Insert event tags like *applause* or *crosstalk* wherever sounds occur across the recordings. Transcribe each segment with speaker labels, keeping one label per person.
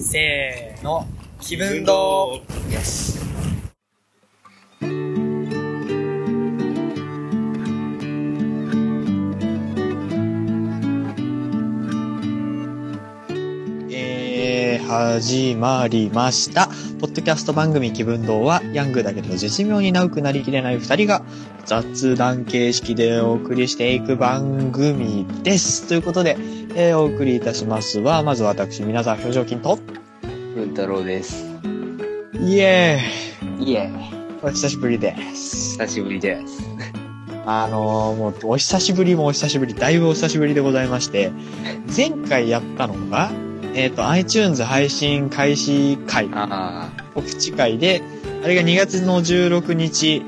Speaker 1: せーの、気分堂
Speaker 2: よし。えー始まりました。ポッドキャスト番組気分堂は、ヤングだけど絶妙に長くなりきれない二人が雑談形式でお送りしていく番組です。ということで、えーお送りいたしますは、まず私、皆さん表情筋と、
Speaker 3: 文太郎です。
Speaker 2: イエーイ
Speaker 3: いえ、
Speaker 2: お久しぶりです。
Speaker 3: 久しぶりです。
Speaker 2: あのーもう、お久しぶりもお久しぶり、だいぶお久しぶりでございまして、前回やったのが、えっ、と、iTunes 配信開始会、
Speaker 3: あ
Speaker 2: 告知会で、あれが2月の16日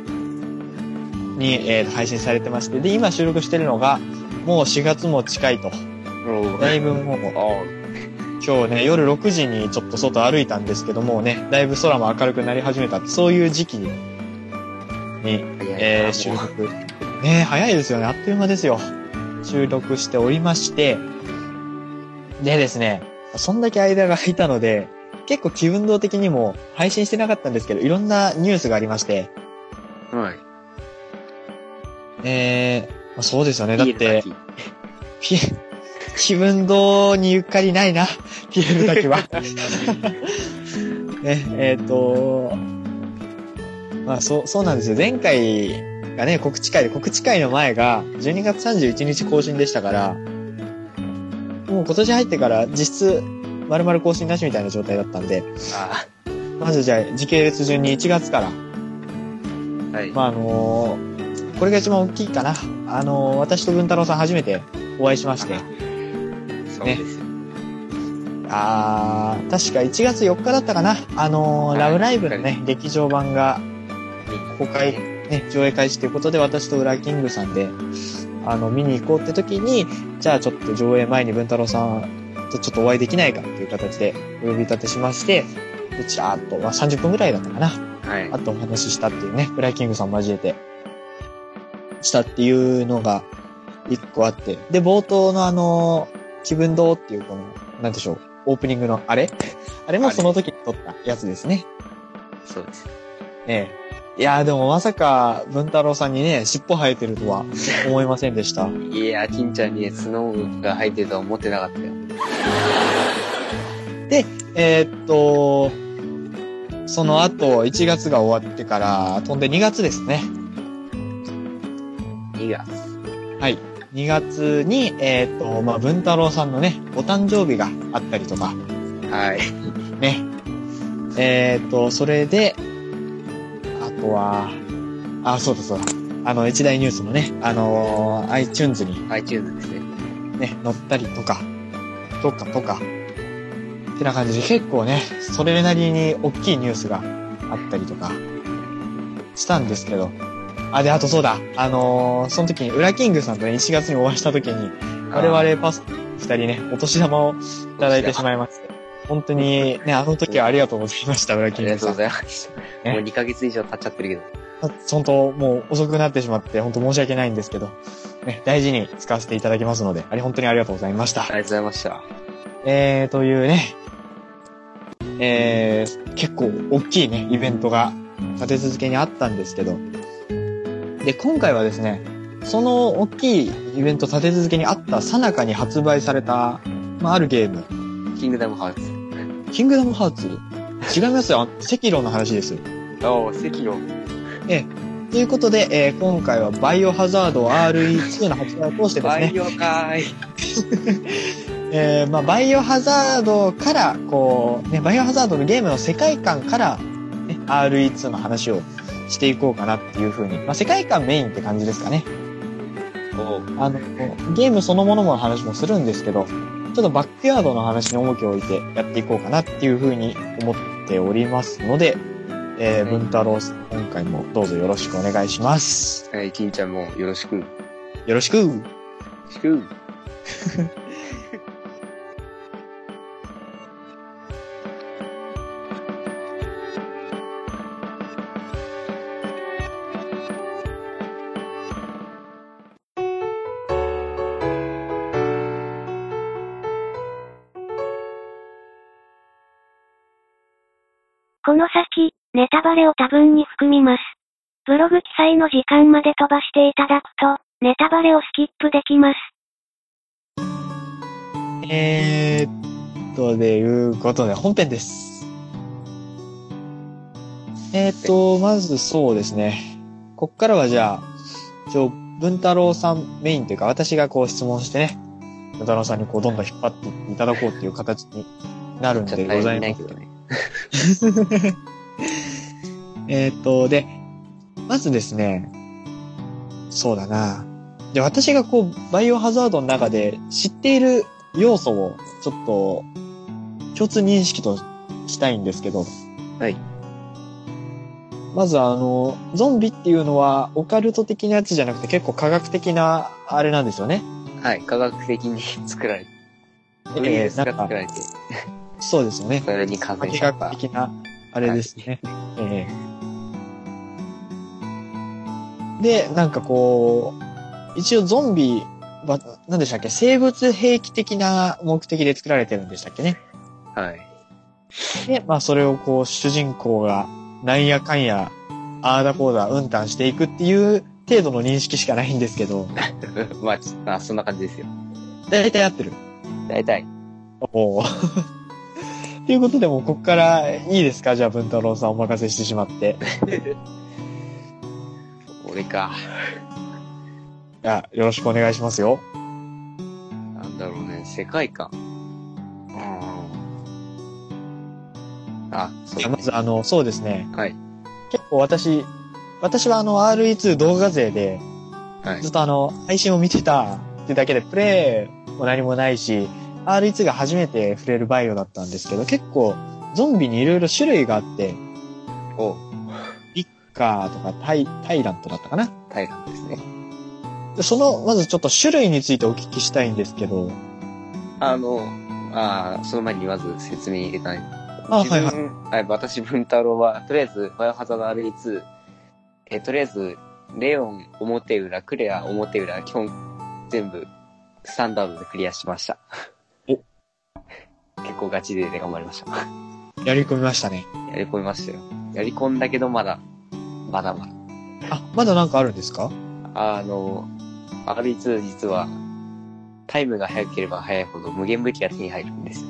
Speaker 2: に、えーと配信されてまして、で、今収録してるのが、もう4月も近いと。
Speaker 3: あ。
Speaker 2: だいぶもう、今日ね、夜6時にちょっと外歩いたんですけどもうね、だいぶ空も明るくなり始めた、そういう時期にえー収
Speaker 3: もう
Speaker 2: 録。ねえ早いですよね。あっという間ですよ。収録しておりまして。でですね、そんだけ間が空いたので、結構気分動的にも配信してなかったんですけど、いろんなニュースがありまして、
Speaker 3: はい。
Speaker 2: えー、まあそうですよね。だっ
Speaker 3: ピエロ
Speaker 2: て
Speaker 3: 滝、
Speaker 2: ピエ気分動にゆっかりないな、ピエールだけは。ね、えっ、と、まあ、そう、そうなんですよ。前回がね、告知会で、告知会の前が12月31日更新でしたから、もう今年入ってから実質、丸々更新なしみたいな状態だったんで、
Speaker 3: あ
Speaker 2: まずじゃあ時系列順に1月から、
Speaker 3: あ、はい。
Speaker 2: まああのーこれが一番大きいかな。あのー私と文太郎さん初めてお会いしまして、
Speaker 3: そうですよ。
Speaker 2: あー、確か1月4日だったかな。あのー
Speaker 3: はい
Speaker 2: ラブライブのね、劇場版が、公開ね、上映開始ということで、私とウラキングさんで、あの、見に行こうって時に、じゃあちょっと上映前に文太郎さんとちょっとお会いできないかっていう形でお呼び立てしまして、うちらーっと、まあ、30分ぐらいだったかな。
Speaker 3: はい
Speaker 2: あ。とお話ししたっていうね、ブライキングさん交えて、したっていうのが一個あって。で、冒頭のあの、気分堂っていうこの、なんでしょう、オープニングのあれ *laughs* あれもその時に撮ったやつですね。
Speaker 3: そうです。
Speaker 2: ええ。いやーでもまさか、文太郎さんにね、尻尾生えてるとは思いませんでした。
Speaker 3: いや、金ちゃんに角が入ってるとは思ってなかったよ。
Speaker 2: えーっと、その後、1月が終わってから、飛んで2月ですね。
Speaker 3: いいが。
Speaker 2: 2月に、えっ、と、まあ、文太郎さんのね、お誕生日があったりとか、
Speaker 3: はい。
Speaker 2: ね。えっ、と、それで、あとは、あ、そうだそうだ。あの、一大ニュースもね、あのー iTunes に
Speaker 3: iTunes ですね。
Speaker 2: ね、載ったりとか、とかとか、ってな感じで結構ね、それなりに大きいニュースがあったりとか、したんですけど。あ、で、あとそうだ。あのーその時に、ウラキングさんとね、1月にお会いした時に、我々パス二人ね、お年玉をいただいてしまいまして。本当にね、あの時はありがとうございました、裏
Speaker 3: あ
Speaker 2: 切
Speaker 3: り
Speaker 2: り
Speaker 3: がと
Speaker 2: さ
Speaker 3: うご
Speaker 2: ん。
Speaker 3: ざいます。
Speaker 2: ね
Speaker 3: もう2ヶ月以上経っちゃってるけど。
Speaker 2: 本当、もう遅くなってしまって、本当申し訳ないんですけど、ね、大事に使わせていただきますので、あれ本当にありがとうございました
Speaker 3: あ。りがとうございました。
Speaker 2: えー、というね、えー、結構大きいね、イベントが立て続けにあったんですけど、で、今回はですね、その大きいイベント立て続けにあったさなかに発売された、まあ、あるゲーム、
Speaker 3: キングダムハウス。
Speaker 2: キングダムハーツ違いますよ。あの赤狼の話です。
Speaker 3: おー、席を。
Speaker 2: ということで、えー今回はバイオハザード RE2 の発売を通してです
Speaker 3: バ
Speaker 2: ね、
Speaker 3: イオかーい。
Speaker 2: えーまあ、バイオハザードから、こう、ね、バイオハザードのゲームの世界観から、ね、RE2 の話をしていこうかなっていうふうに、まあ、世界観メインって感じですかね。
Speaker 3: おー、
Speaker 2: あの、ゲームそのものの話もするんですけど、ちょっとバックヤードの話に重きを置いてやっていこうかなっていうふうに思っておりますので、えー、
Speaker 3: はい
Speaker 2: 文太郎さん、今回もどうぞよろしくお願いします。
Speaker 3: はい、金ちゃんもよろしく。よ
Speaker 2: よろしく
Speaker 3: ろしく。
Speaker 4: この先、ネタバレを多分に含みます。ブログ記載の時間まで飛ばしていただくと、ネタバレをスキップできます。
Speaker 2: えー、っと、でいうことで、本編です。えー、っと、まずそうですね。こっからはじゃあ、一応、文太郎さんメインというか、私がこう質問してね、文太郎さんにこう、どんどん引っ張っていっていただこうっていう形になるん
Speaker 3: ちょっ
Speaker 2: で
Speaker 3: と頼
Speaker 2: ござ
Speaker 3: り
Speaker 2: い
Speaker 3: な
Speaker 2: ま
Speaker 3: い
Speaker 2: す
Speaker 3: け。どね。
Speaker 2: えーっと、で、まずですね、そうだな。じゃあ私がこう、バイオハザードの中で知っている要素を、ちょっと、共通認識としたいんですけど。
Speaker 3: はい。
Speaker 2: まずあの、ゾンビっていうのは、オカルト的なやつじゃなくて結構科学的な、あれなんですよね。
Speaker 3: はい。科学的に *laughs* 作られて、ウイ
Speaker 2: え
Speaker 3: ル
Speaker 2: ー
Speaker 3: スが
Speaker 2: なん
Speaker 3: 作
Speaker 2: から
Speaker 3: れて、
Speaker 2: そうですよね
Speaker 3: そ。れに感染しちゃ
Speaker 2: 科
Speaker 3: った
Speaker 2: 学。的な、あれですね。ええで、なんかこう、一応ゾンビは、何でしたっけ生物兵器的な目的で作られてるんでしたっけね。
Speaker 3: はい。 *laughs*
Speaker 2: で、まあそれをこう、主人公が、なんやかんや、あーだこーだ、うんたんしていくっていう程度の認識しかないんですけど、
Speaker 3: まあ、ちょっと、まあ、そんな感じですよ。
Speaker 2: だいたい合ってる。
Speaker 3: 大体。
Speaker 2: おお。ということで、もう *laughs* こっからいいですかじゃあ、文太郎さんお任せしてしまって。
Speaker 3: 俺か。
Speaker 2: いや、よろしくお願いしますよ。
Speaker 3: なんだろうね、世界観。うーん。あ、そう
Speaker 2: じゃ
Speaker 3: だ
Speaker 2: あま
Speaker 3: ね
Speaker 2: ず、あの、そうですね。
Speaker 3: はい。
Speaker 2: 結構私、私はあの RE2 動画勢で、
Speaker 3: はい
Speaker 2: ず。っとあの、配信を見てたってだけで、プレイも何もないし、RE2 が初めて触れるバイオだったんですけど、結構、ゾンビにいろいろ種類があって、
Speaker 3: お、
Speaker 2: リッカーとかタイ、タイラントだったかな。
Speaker 3: タイランですね。
Speaker 2: でその、まずちょっと種類についてお聞きしたいんですけど、
Speaker 3: あの、あーその前にまず説明入れたい。
Speaker 2: あ、
Speaker 3: 自
Speaker 2: はいはい。
Speaker 3: 分はい、私、文太郎は、とりあえず、バイオハザード RE2、え、とりあえず、レオン、表裏、クレア、表裏、基本、全部、スタンダードでクリアしました。
Speaker 2: お
Speaker 3: *laughs* 結構ガチで頑張りました。 *laughs* や
Speaker 2: やり込みましたね。
Speaker 3: り込みましたよ。やり込んだけど、まだ、まだまだ。
Speaker 2: あ、まだなんかあるんですか
Speaker 3: あの、RE2 実は、タイムが速ければ速いほど無限武器が手に入るんですよ。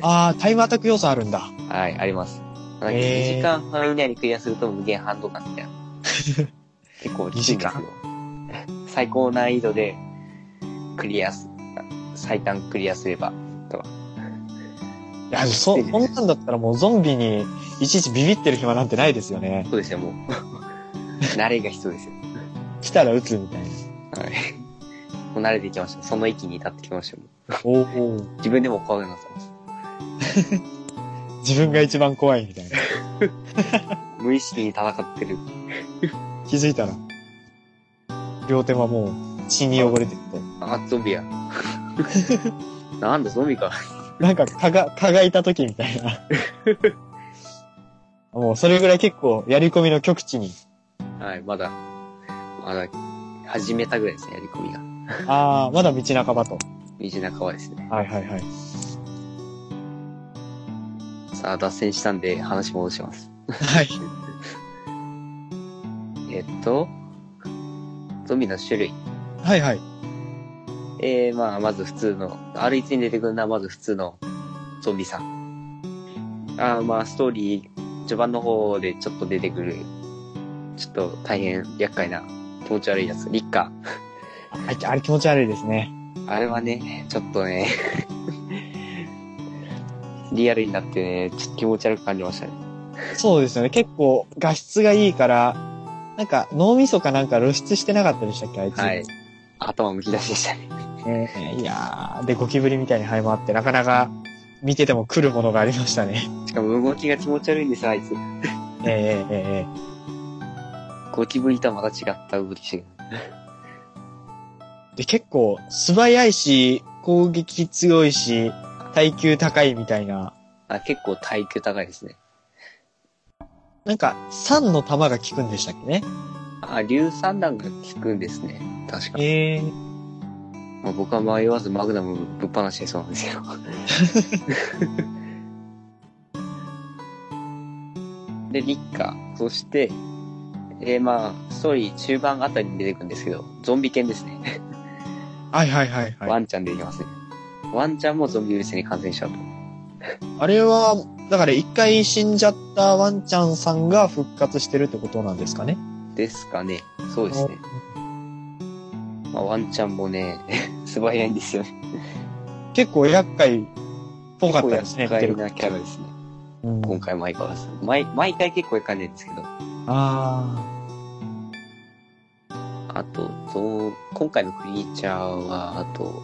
Speaker 2: あー、タイムアタック要素あるんだ。
Speaker 3: はい、あります。なんか
Speaker 2: へー
Speaker 3: 2時間半以内にクリアすると無限ハンドガンみ
Speaker 2: *laughs*
Speaker 3: たいな。結構きついんですよ。最高難易度でクリアす、最短クリアすれば。
Speaker 2: いや、そ、こんなんだったらもうゾンビにいちいちビビってる暇なんてないですよね。
Speaker 3: そうですよ、も
Speaker 2: *laughs*
Speaker 3: う。慣れが必要ですよ。
Speaker 2: 来たら撃つみたいな。
Speaker 3: はい。もう慣れてきました。その域に至ってきましたよ。
Speaker 2: おお。
Speaker 3: 自分でも怖くなってます。
Speaker 2: 自分が一番怖いみたいな。
Speaker 3: 無意識に戦ってる。
Speaker 2: 気づいたら、両手はもう血に汚れてる
Speaker 3: あ、ゾ
Speaker 2: *laughs*
Speaker 3: ンビや。なんだ、ゾンビか。
Speaker 2: と。なんか、かが、かがいた時みたい *laughs* な。もうそれぐらい結構やり込みの極致に。
Speaker 3: はい、まだ、まだ、始めたぐらいですね、やり込みが。
Speaker 2: ああ、まだ道半ばと。
Speaker 3: 道半ばですね。
Speaker 2: はいはいはい。
Speaker 3: さあ、脱線したんで話戻します。
Speaker 2: はい。
Speaker 3: えっと、ゾンビの種類。
Speaker 2: はいはい。
Speaker 3: えー、まあ、まず普通の、R1 に出てくるのはまず普通のゾンビさん。あーまあ、ストーリー、序盤の方でちょっと出てくる、ちょっと大変厄介な、気持ち悪いやつ、リッカ
Speaker 2: あれあれ気持ち悪いですね。
Speaker 3: ー。あれはね、ちょっとね、 *laughs* リアルになってね、ちょっと気持ち悪く感じましたね。
Speaker 2: そうですよね。結構画質がいいから、なんか脳みそかなんか露出してなかったでしたっけあいつ。
Speaker 3: はい。頭むき出しでしたね。
Speaker 2: えーいやー、で、ゴキブリみたいに生え回って、なかなか見てても来るものがありましたね。 *laughs*
Speaker 3: しかも動きが気持ち悪いんですよ、あい
Speaker 2: えー、
Speaker 3: つ。
Speaker 2: えー、えー
Speaker 3: ゴキブリとはまた違った動きしてる。
Speaker 2: で、結構素早いし、攻撃強いし、耐久高いみたいな。
Speaker 3: あ、結構耐久高いですね。
Speaker 2: なんか、酸の玉が効くんでしたっけね
Speaker 3: あ、硫酸弾が効くんですね。確か。
Speaker 2: ええー
Speaker 3: まあ、僕は迷わずマグナムぶっ
Speaker 2: *laughs*
Speaker 3: 放してそうなんですよ。で、立夏、そして、えーまあ、ストーリー中盤あたりに出てくるんですけど、ゾンビ犬ですね。
Speaker 2: はいはいはいはい。
Speaker 3: ワンちゃん出てきますね。ワンちゃんもゾンビウイルスに感染しちゃうと。
Speaker 2: あれは、だから一回死んじゃったワンちゃんさんが復活してるってことなんですかね。
Speaker 3: ですかね。そうですね。まあ、ワンちゃんもね、 *laughs* 素早いんですよね。
Speaker 2: 結構厄介っぽかったですね、
Speaker 3: 結構
Speaker 2: 見て
Speaker 3: 厄
Speaker 2: る
Speaker 3: 介なキャラですね。
Speaker 2: うん
Speaker 3: 今回も相変わらず。毎、毎回結構厄介なんですけど。
Speaker 2: あ
Speaker 3: あと、どう今回のクリーチャーは、あと、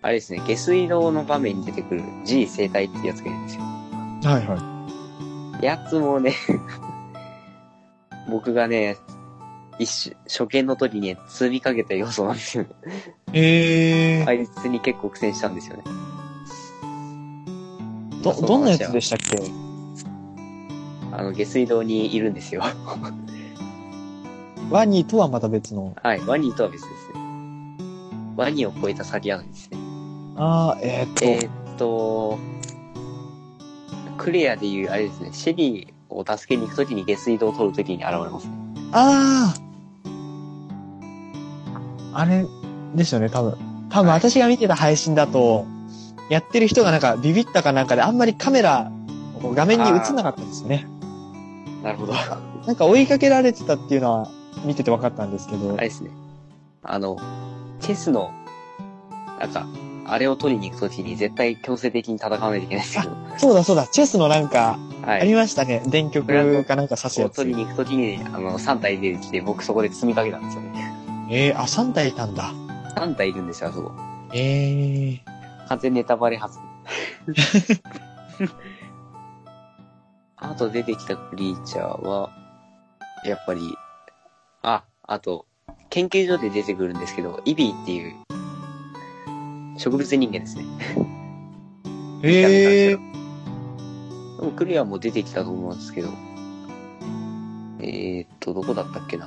Speaker 3: あれですね、下水道の場面に出てくる G 生態ってやつがいるんですよ。
Speaker 2: あ。はいはい。
Speaker 3: やつもね、 *laughs* 僕がね、一瞬、初見の時にね、積みかけた要素なんですよ
Speaker 2: *laughs*
Speaker 3: ね。
Speaker 2: ええー
Speaker 3: あいつに結構苦戦したんですよね。
Speaker 2: ど、
Speaker 3: その話は
Speaker 2: どんなやつでしたっけ
Speaker 3: あの、下水道にいるんですよ。 *laughs*
Speaker 2: ワニとはまた別の。
Speaker 3: はい、ワニとは別ですね。ワニを超えた先なんですね。
Speaker 2: ああ、えーっと、
Speaker 3: えーっと、クレアでいう、あれですね、シェリーを助けに行くときに下水道を取るときに現れますね。
Speaker 2: ああ。あれですよね、多分。多分
Speaker 3: はい
Speaker 2: 私が見てた配信だと、やってる人がなんかビビったかなんかであんまりカメラ、こう画面に映んなかったんですよね。
Speaker 3: なるほど。 *laughs* あ
Speaker 2: なんか追いかけられてたっていうのは見てて分かったんですけど。
Speaker 3: れですね。あの、チェスの、なんか、あれを取りに行くときに絶対強制的に戦わないといけないんですけど、
Speaker 2: そうだそうだ、チェスのなんか、
Speaker 3: は
Speaker 2: あり
Speaker 3: い。
Speaker 2: ましたね。電極かなんか刺す
Speaker 3: を
Speaker 2: やつ
Speaker 3: 取。りに行くときに、あの、3体出てきて、僕そこで積みかけたんですよね。
Speaker 2: えー、あ、3体いたんだ。
Speaker 3: 3体いるんですよ、あそこ。
Speaker 2: ええ
Speaker 3: 完全ネタバレ発言 *laughs* あと出てきたクリーチャーは、やっぱり、あ、あと、研究所で出てくるんですけど、イビーっていう、植物人間ですね。
Speaker 2: ええ
Speaker 3: でもクリアも出てきたと思うんですけど、えー、っと、どこだったっけな。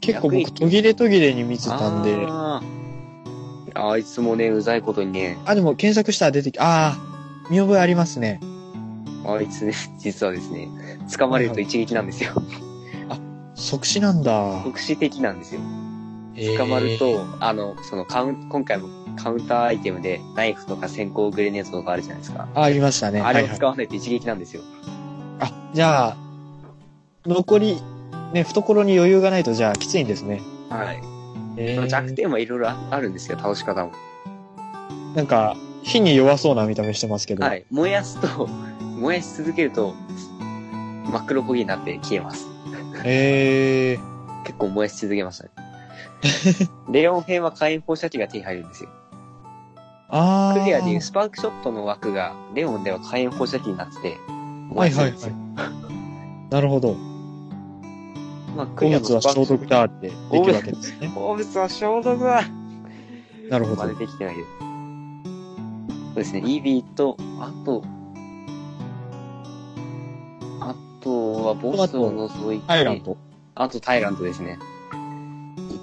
Speaker 2: 結構僕途切れ途切れに見てたんで。
Speaker 3: あーあいつもね、うざいことにね、
Speaker 2: あ、でも検索したら出てき、ああ、見覚えありますね。
Speaker 3: あいつね、実はですね、捕まれると一撃なんですよ。
Speaker 2: 即死なんだ。
Speaker 3: 特殊的なんですよ。
Speaker 2: えー
Speaker 3: 捕まると、、あの、そのカウン、今回もカウンターアイテムで、ナイフとか先行グレネードとかあるじゃないですか。
Speaker 2: あありましたね。
Speaker 3: あれを
Speaker 2: はい
Speaker 3: 使わないと一撃なんですよ。
Speaker 2: はいあ、じゃあ、残り、ね、懐に余裕がないと、じゃあ、きついんですね。
Speaker 3: はい。
Speaker 2: え
Speaker 3: まあ弱点もいろいろあるんですよ、倒し方も。
Speaker 2: なんか、火に弱そうな見た目してますけど。
Speaker 3: はい。燃やすと、燃やし続けると、真っ黒焦げになって消えます。
Speaker 2: ええ
Speaker 3: 結構燃やし続けま
Speaker 2: *laughs*
Speaker 3: したね。レオン編は火炎放射器が手に入るんですよ。
Speaker 2: ああ。
Speaker 3: クリアでいうスパークショットの枠が、レオンでは火炎放射器になってて、
Speaker 2: は
Speaker 3: 燃
Speaker 2: い
Speaker 3: やせ
Speaker 2: はい
Speaker 3: るんですよ。
Speaker 2: はい。なるほど。
Speaker 3: まあ、ク
Speaker 2: 鉱
Speaker 3: リアの
Speaker 2: 物は
Speaker 3: スパー
Speaker 2: 消
Speaker 3: クショッ
Speaker 2: 毒だってできるわけですね。
Speaker 3: ト。鉱物は消毒だ
Speaker 2: なるほ
Speaker 3: ま
Speaker 2: ど
Speaker 3: で。できてないけど。そうですね、イービーと、あと、あとはボスを除いて、
Speaker 2: アイランド。
Speaker 3: あとタイラントですね。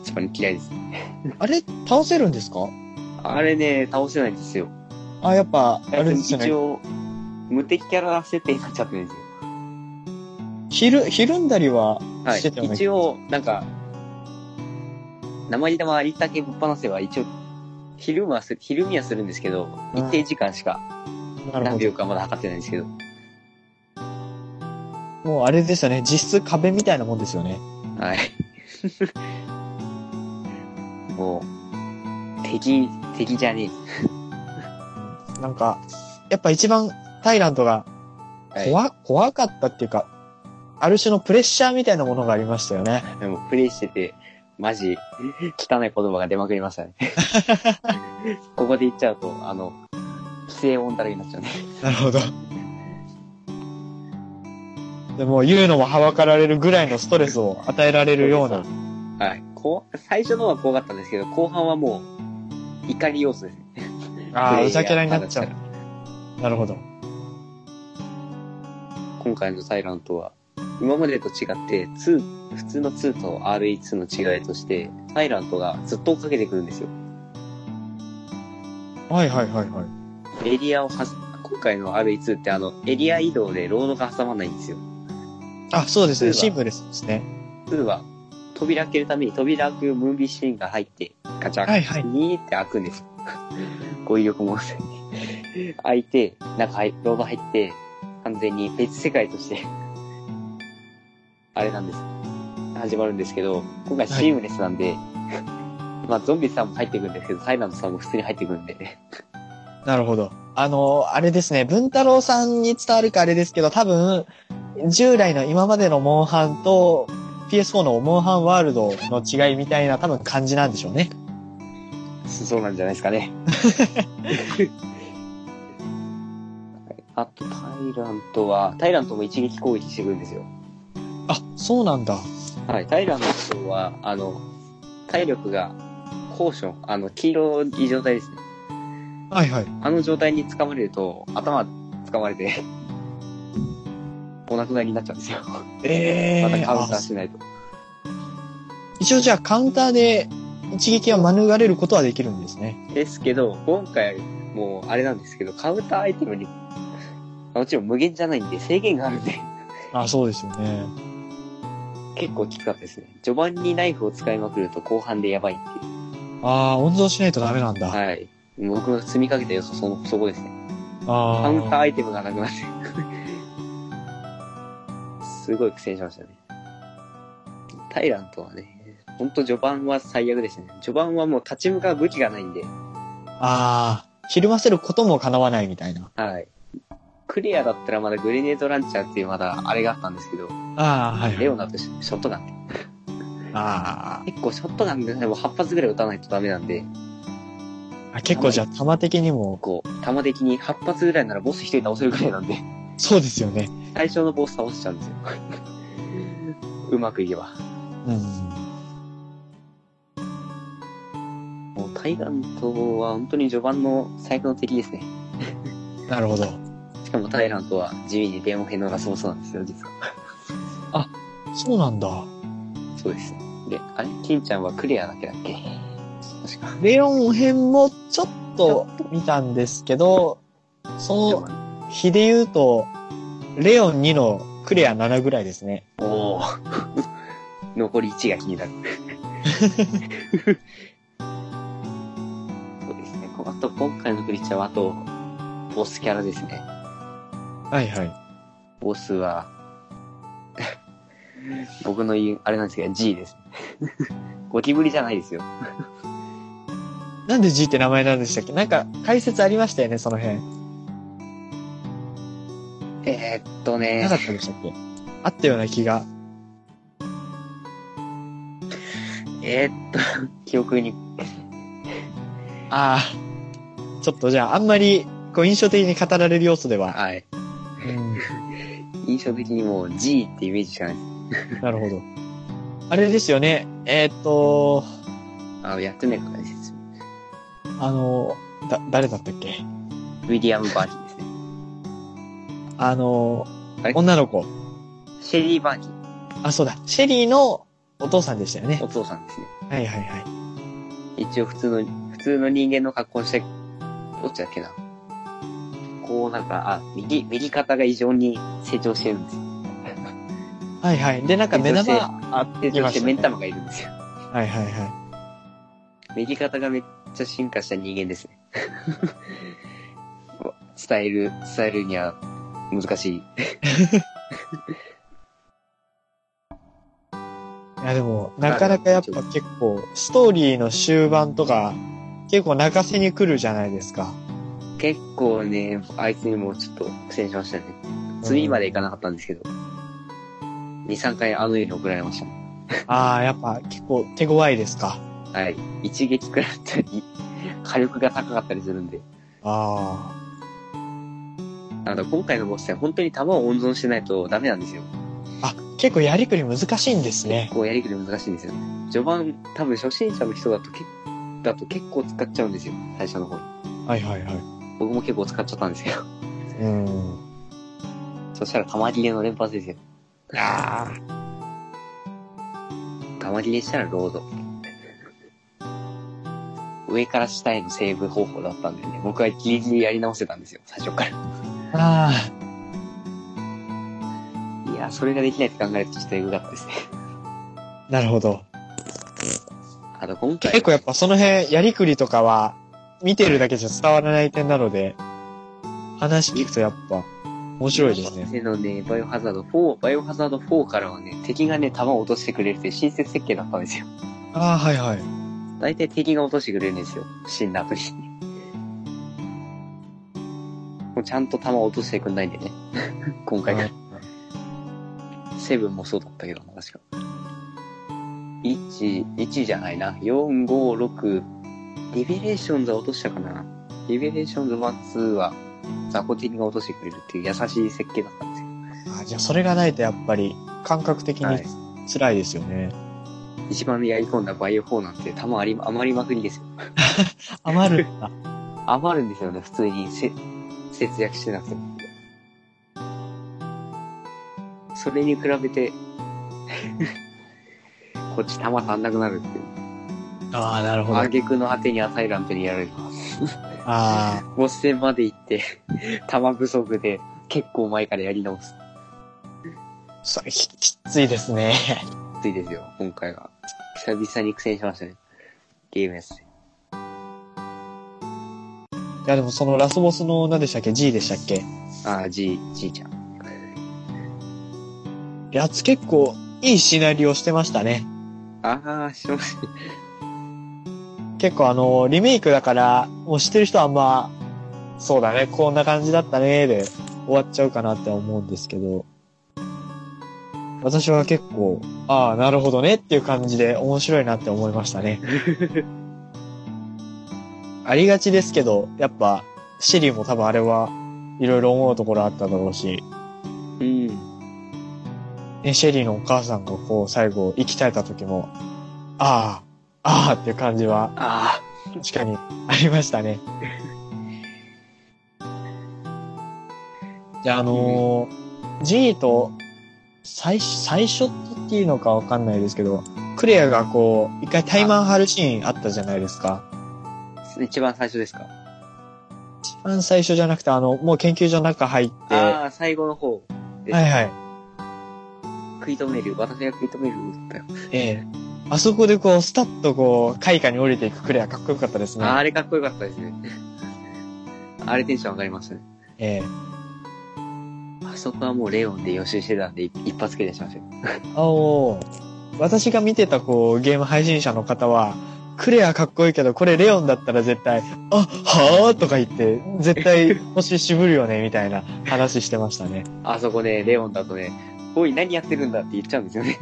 Speaker 3: 一番嫌いです。
Speaker 2: あれ、倒せるんですか
Speaker 3: あれね、倒せないんですよ。
Speaker 2: あ、やっぱ、あれですよ
Speaker 3: 一
Speaker 2: ね。
Speaker 3: 応、無敵キャラ設定になっちゃってるんですよ。
Speaker 2: ひる、ひるんだりは
Speaker 3: は
Speaker 2: してたよ
Speaker 3: い。
Speaker 2: ね。
Speaker 3: 一応、なんか、鉛玉ありったけぶっ放せば一応、昼間はす、昼見はするんですけど、
Speaker 2: うん
Speaker 3: 一定時間しか、
Speaker 2: なるほ
Speaker 3: 何
Speaker 2: ど。
Speaker 3: 秒かまだ測ってないんですけど、
Speaker 2: もうあれですよね。実質壁みたいなもんですよね。
Speaker 3: はい。 *laughs* もう、敵、敵じゃね
Speaker 2: なんか、やっぱ一番タイラントが
Speaker 3: え。
Speaker 2: 怖、怖かったっていうか、ある種のプレッシャーみたいなものがありましたよね。
Speaker 3: でもプレイしてて、マジ、汚い言葉が出まくりまし
Speaker 2: *laughs*
Speaker 3: たね。ここで言っちゃうと、あの、規制音だらけになっちゃうね。
Speaker 2: なるほど。でも言うのもはばかられるぐらいのストレスを与えられるような。
Speaker 3: はい。こう、最初のは怖かったんですけど、後半はもう、怒り要素ですね。
Speaker 2: あ
Speaker 3: プ
Speaker 2: あ、
Speaker 3: レイヤ
Speaker 2: う
Speaker 3: ー
Speaker 2: ざけらになっちゃう。なるほど。
Speaker 3: 今回のサイラントは、今までと違って、2、普通の2と RE2 の違いとして、サイラントがずっと追っかけてくるんですよ。
Speaker 2: はいはいはいはい。
Speaker 3: エリアをはず今回の RE2 ってあの、エリア移動でロードが挟まないんですよ。
Speaker 2: あ、そうですね。
Speaker 3: そういえ
Speaker 2: シン
Speaker 3: ば
Speaker 2: プルですね。
Speaker 3: 2は、扉開けるために扉開くムービーシーンが入って、ガチャン、
Speaker 2: はいはい
Speaker 3: ニーって開くんですよ。 *laughs* 語彙力も旺盛に。開いて、中入、ロード入って、完全に別世界として、あれなんです。始まるんですけど、今回シームレスなんで、 *laughs* まあゾンビさんも入ってくるんですけど、サイラントさんも普通に入ってくるんで、
Speaker 2: なるほど。あの、あれですね。文太郎さんに伝わるかあれですけど、多分、従来の今までのモンハンと PS4 のモンハンワールドの違いみたいな多分感じなんでしょうね。
Speaker 3: そうなんじゃないですかね。 *laughs* あと、タイラントは、タイラントも一撃攻撃してくるんですよ。
Speaker 2: あ、そうなんだ。
Speaker 3: はい、タイラントは、あの、体力が、コーション、あの、黄色い状態ですね。
Speaker 2: はいはい。
Speaker 3: あの状態に掴まれると、頭掴まれて、 *laughs* お亡くなりになっちゃうんですよ。
Speaker 2: ええ
Speaker 3: また
Speaker 2: ー。
Speaker 3: カウンター
Speaker 2: あ
Speaker 3: しないと。
Speaker 2: 一応じゃあカウンターで一撃は免れることはできるんですね。
Speaker 3: ですけど、今回、もう、あれなんですけど、カウンターアイテムに、もちろん無限じゃないんで、制限があるんで、
Speaker 2: あ、そうですよね。
Speaker 3: 結構きつかったですね。序盤にナイフを使いまくると後半でやばいっていう。
Speaker 2: ああ、温存しないとダメなんだ。い、
Speaker 3: はい。僕が積みかけた要素、その、そこですね。
Speaker 2: あ
Speaker 3: カウンター
Speaker 2: ー
Speaker 3: アイテムがなくなって。すごい苦戦しましたね。タイラントはね、ほんと序盤は最悪でしたね。序盤はもう立ち向かう武器がないんで、
Speaker 2: あー、ひるませることも叶わないみたいな。
Speaker 3: はい。クリアだったらまだグレネードランチャーっていうまだあれがあったんですけど、
Speaker 2: ああ、はい、
Speaker 3: レオナとショットガン。
Speaker 2: あ
Speaker 3: 結構ショットガンでも8発ぐらい撃たないとダメなんで、
Speaker 2: ーあ。結構じゃあ弾的にも、
Speaker 3: こう、弾的に8発ぐらいならボス1人倒せるぐらいなんで、
Speaker 2: そうですよね。
Speaker 3: 最初のボス倒しちゃうんですよ。うまくいけば。
Speaker 2: うん。
Speaker 3: もう、タイガントは本当に序盤の最高の敵ですね。
Speaker 2: なるほど。
Speaker 3: しかもタイラントは地味に電話編のラスボスなんですよ、実は。
Speaker 2: そうなんだ。
Speaker 3: そうです。で、あれ金ちゃんはクレアだけだっけ確か。
Speaker 2: レオン編もちょっと見たんですけど、その比で言うと、レオン2のクレア7ぐらいですね。
Speaker 3: おお。 *laughs* 残り1が気になる。そうですね。あと、今回のクリーチャーは、あと、ボスキャラですね。
Speaker 2: はいはい。
Speaker 3: ボスは、 *laughs* 僕の言う、あれなんですけど、G です。 *laughs* ゴキブリじゃないですよ。
Speaker 2: なんで G って名前なんでしたっけなんか解説ありましたよね、その辺。
Speaker 3: えー、っと
Speaker 2: なか
Speaker 3: ね、
Speaker 2: ったでしたっけあったような気が。
Speaker 3: えー、っと、 *laughs* 記憶に、
Speaker 2: ああ。ちょっとじゃあ、あんまり、こう、印象的に語られる要素では。
Speaker 3: はい。
Speaker 2: うん。
Speaker 3: 印象的にもう G ってイメージしかないです。
Speaker 2: なるほど。あれですよね。えーっと、
Speaker 3: あの、やってないからです。
Speaker 2: あの、だ、誰だったっけ
Speaker 3: ウィリアム・バーキンですね。
Speaker 2: あの
Speaker 3: あれ、
Speaker 2: 女の子。
Speaker 3: シェリー・バーキン、
Speaker 2: あ、そうだ。シェリーのお父さんでしたよね
Speaker 3: お。父さんですね。
Speaker 2: はいはいはい。
Speaker 3: 一応普通の、普通の人間の格好して、どっちだっけな。こうなんか、あ、右、右肩が異常に成長してるんですよ。
Speaker 2: はいはい。で、なんか目玉
Speaker 3: そして
Speaker 2: あっ
Speaker 3: 成
Speaker 2: てき
Speaker 3: 長
Speaker 2: ま
Speaker 3: し
Speaker 2: してた、
Speaker 3: 目
Speaker 2: ね。
Speaker 3: ん玉がいるんですよ。
Speaker 2: はいはいは
Speaker 3: 右肩がめっちゃ進化した人間ですね。 *laughs* 伝える、伝えるには難しい。
Speaker 2: い。いやでも、なかなかやっぱ結構、ストーリーの終盤とか、結構泣かせに来るじゃないですか。
Speaker 3: 結構ね、あいつにもちょっと苦戦しましたね。罪までいかなかったんですけど、2、3回あの世に送られまし
Speaker 2: ああ、やっぱ結構手強いですか。
Speaker 3: た。はい。一撃食らったり、火力が高かったりするんで。
Speaker 2: あ
Speaker 3: あの、今回のボス戦、本当に弾を温存してないとダメなんですよ。
Speaker 2: あ。あ、結構やりくり難しいんですね
Speaker 3: 結。構やりくり難しいんですよ。序盤、多分初心者の人だとけ、だと結構使っちゃうんですよ。最初の方に。
Speaker 2: はいはいはい。
Speaker 3: 僕も結構使っちゃったんですけど。
Speaker 2: うん。
Speaker 3: *laughs* そしたら弾切れの連発ですよ。
Speaker 2: ああ。
Speaker 3: 弾切れしたらロード。上から下へのセーブ方法だったんでね、僕はギリギリやり直せたんですよ、最初から。
Speaker 2: あ
Speaker 3: いや、それができないって考えるとちょっとエグかったですね。 *laughs*
Speaker 2: あ、なるほど。
Speaker 3: あと今回、
Speaker 2: 結構やっぱその辺、やりくりとかは、見てるだけじゃ伝わらない点なので、話聞くとやっぱ、面白いですね。
Speaker 3: のね、バイオハザード4、バイオハザード4からはね、敵がね、弾を落としてくれるっていう親切設計だったんですよ。
Speaker 2: ああ、はいはい。
Speaker 3: 大体敵が落としてくれるんですよ。死んだ後に。 *laughs* もうちゃんと弾を落としてくんないんでね。 *laughs* 今回から。セブンもそうだったけどな、確か。1、1じゃないな。4、5、6。リベレーションズは落としたかな。リベレーションズ1、2は、雑魚敵が落としてくれるっていう優しい設計だったんですよ。
Speaker 2: あじゃあそれがないとやっぱり、感覚的
Speaker 3: は
Speaker 2: に
Speaker 3: い
Speaker 2: 辛いですよね。
Speaker 3: 一番やり込んだバイオ4なんて弾あり、余りまくりですよ。
Speaker 2: 余 *laughs* るんだ。
Speaker 3: 余るんですよね、普通にせ節約してなくても。それに比べて、こっち弾足んなくなるっていう。
Speaker 2: ああ、なるほど。あ
Speaker 3: 挙句の果てにアサイラントにやられる。
Speaker 2: あ
Speaker 3: ボス戦まで行って、 *laughs* 弾不足で、結構前からやり直す。
Speaker 2: ー、それききついですね。
Speaker 3: きついですよ、今回は。久々に苦戦しましたね。ゲームやってて。
Speaker 2: いやでもそのラスボスの何でしたっけ ?G でしたっけ
Speaker 3: あー、じい、じいちゃん。
Speaker 2: やつ結構いいシナリオしてましたね。
Speaker 3: ああ、しました。
Speaker 2: 結構あの、リメイクだから、もう知ってる人はあんま、そうだね、こんな感じだったね、で終わっちゃうかなって思うんですけど、私は結構、ああ、なるほどねっていう感じで面白いなって思いましたね。ありがちですけど、やっぱ、シリーも多分あれはいろいろ思うところあっただろうし、
Speaker 3: うん。
Speaker 2: ね、シェリーのお母さんがこう最後息絶えた時も、ああ、ああっていう感じは
Speaker 3: あ
Speaker 2: 確かにありましたね。じゃあ、あのー、G と最、最初って言っていいのかわかんないですけど、クレアがこう、一回タイマン張るシーンあったじゃないですか。
Speaker 3: あ、一番最初ですか
Speaker 2: 一番最初じゃなくて、あの、もう研究所の中入って、は
Speaker 3: ああ、最後の方。
Speaker 2: いはい。
Speaker 3: 食い止める。私が食い止めるだったよ。
Speaker 2: ええあそこでこう、スタッとこう、開花に降りていくクレアかっこよかったですね。
Speaker 3: あーあれかっこよかったですね。 *laughs* あれテンション上がりましたね。
Speaker 2: ええ
Speaker 3: あそこはもうレオンで予習してたんで、い一発蹴り出しましたよ。
Speaker 2: あお私が見てたこうゲーム配信者の方は、クレアかっこいいけど、これレオンだったら絶対、あ、はぁとか言って、絶対星渋るよね、みた
Speaker 3: *laughs*
Speaker 2: いな話してましたね。
Speaker 3: あそこね、レオンだとね、おい、何やってるんだって言っちゃうんです
Speaker 2: *laughs*
Speaker 3: よね。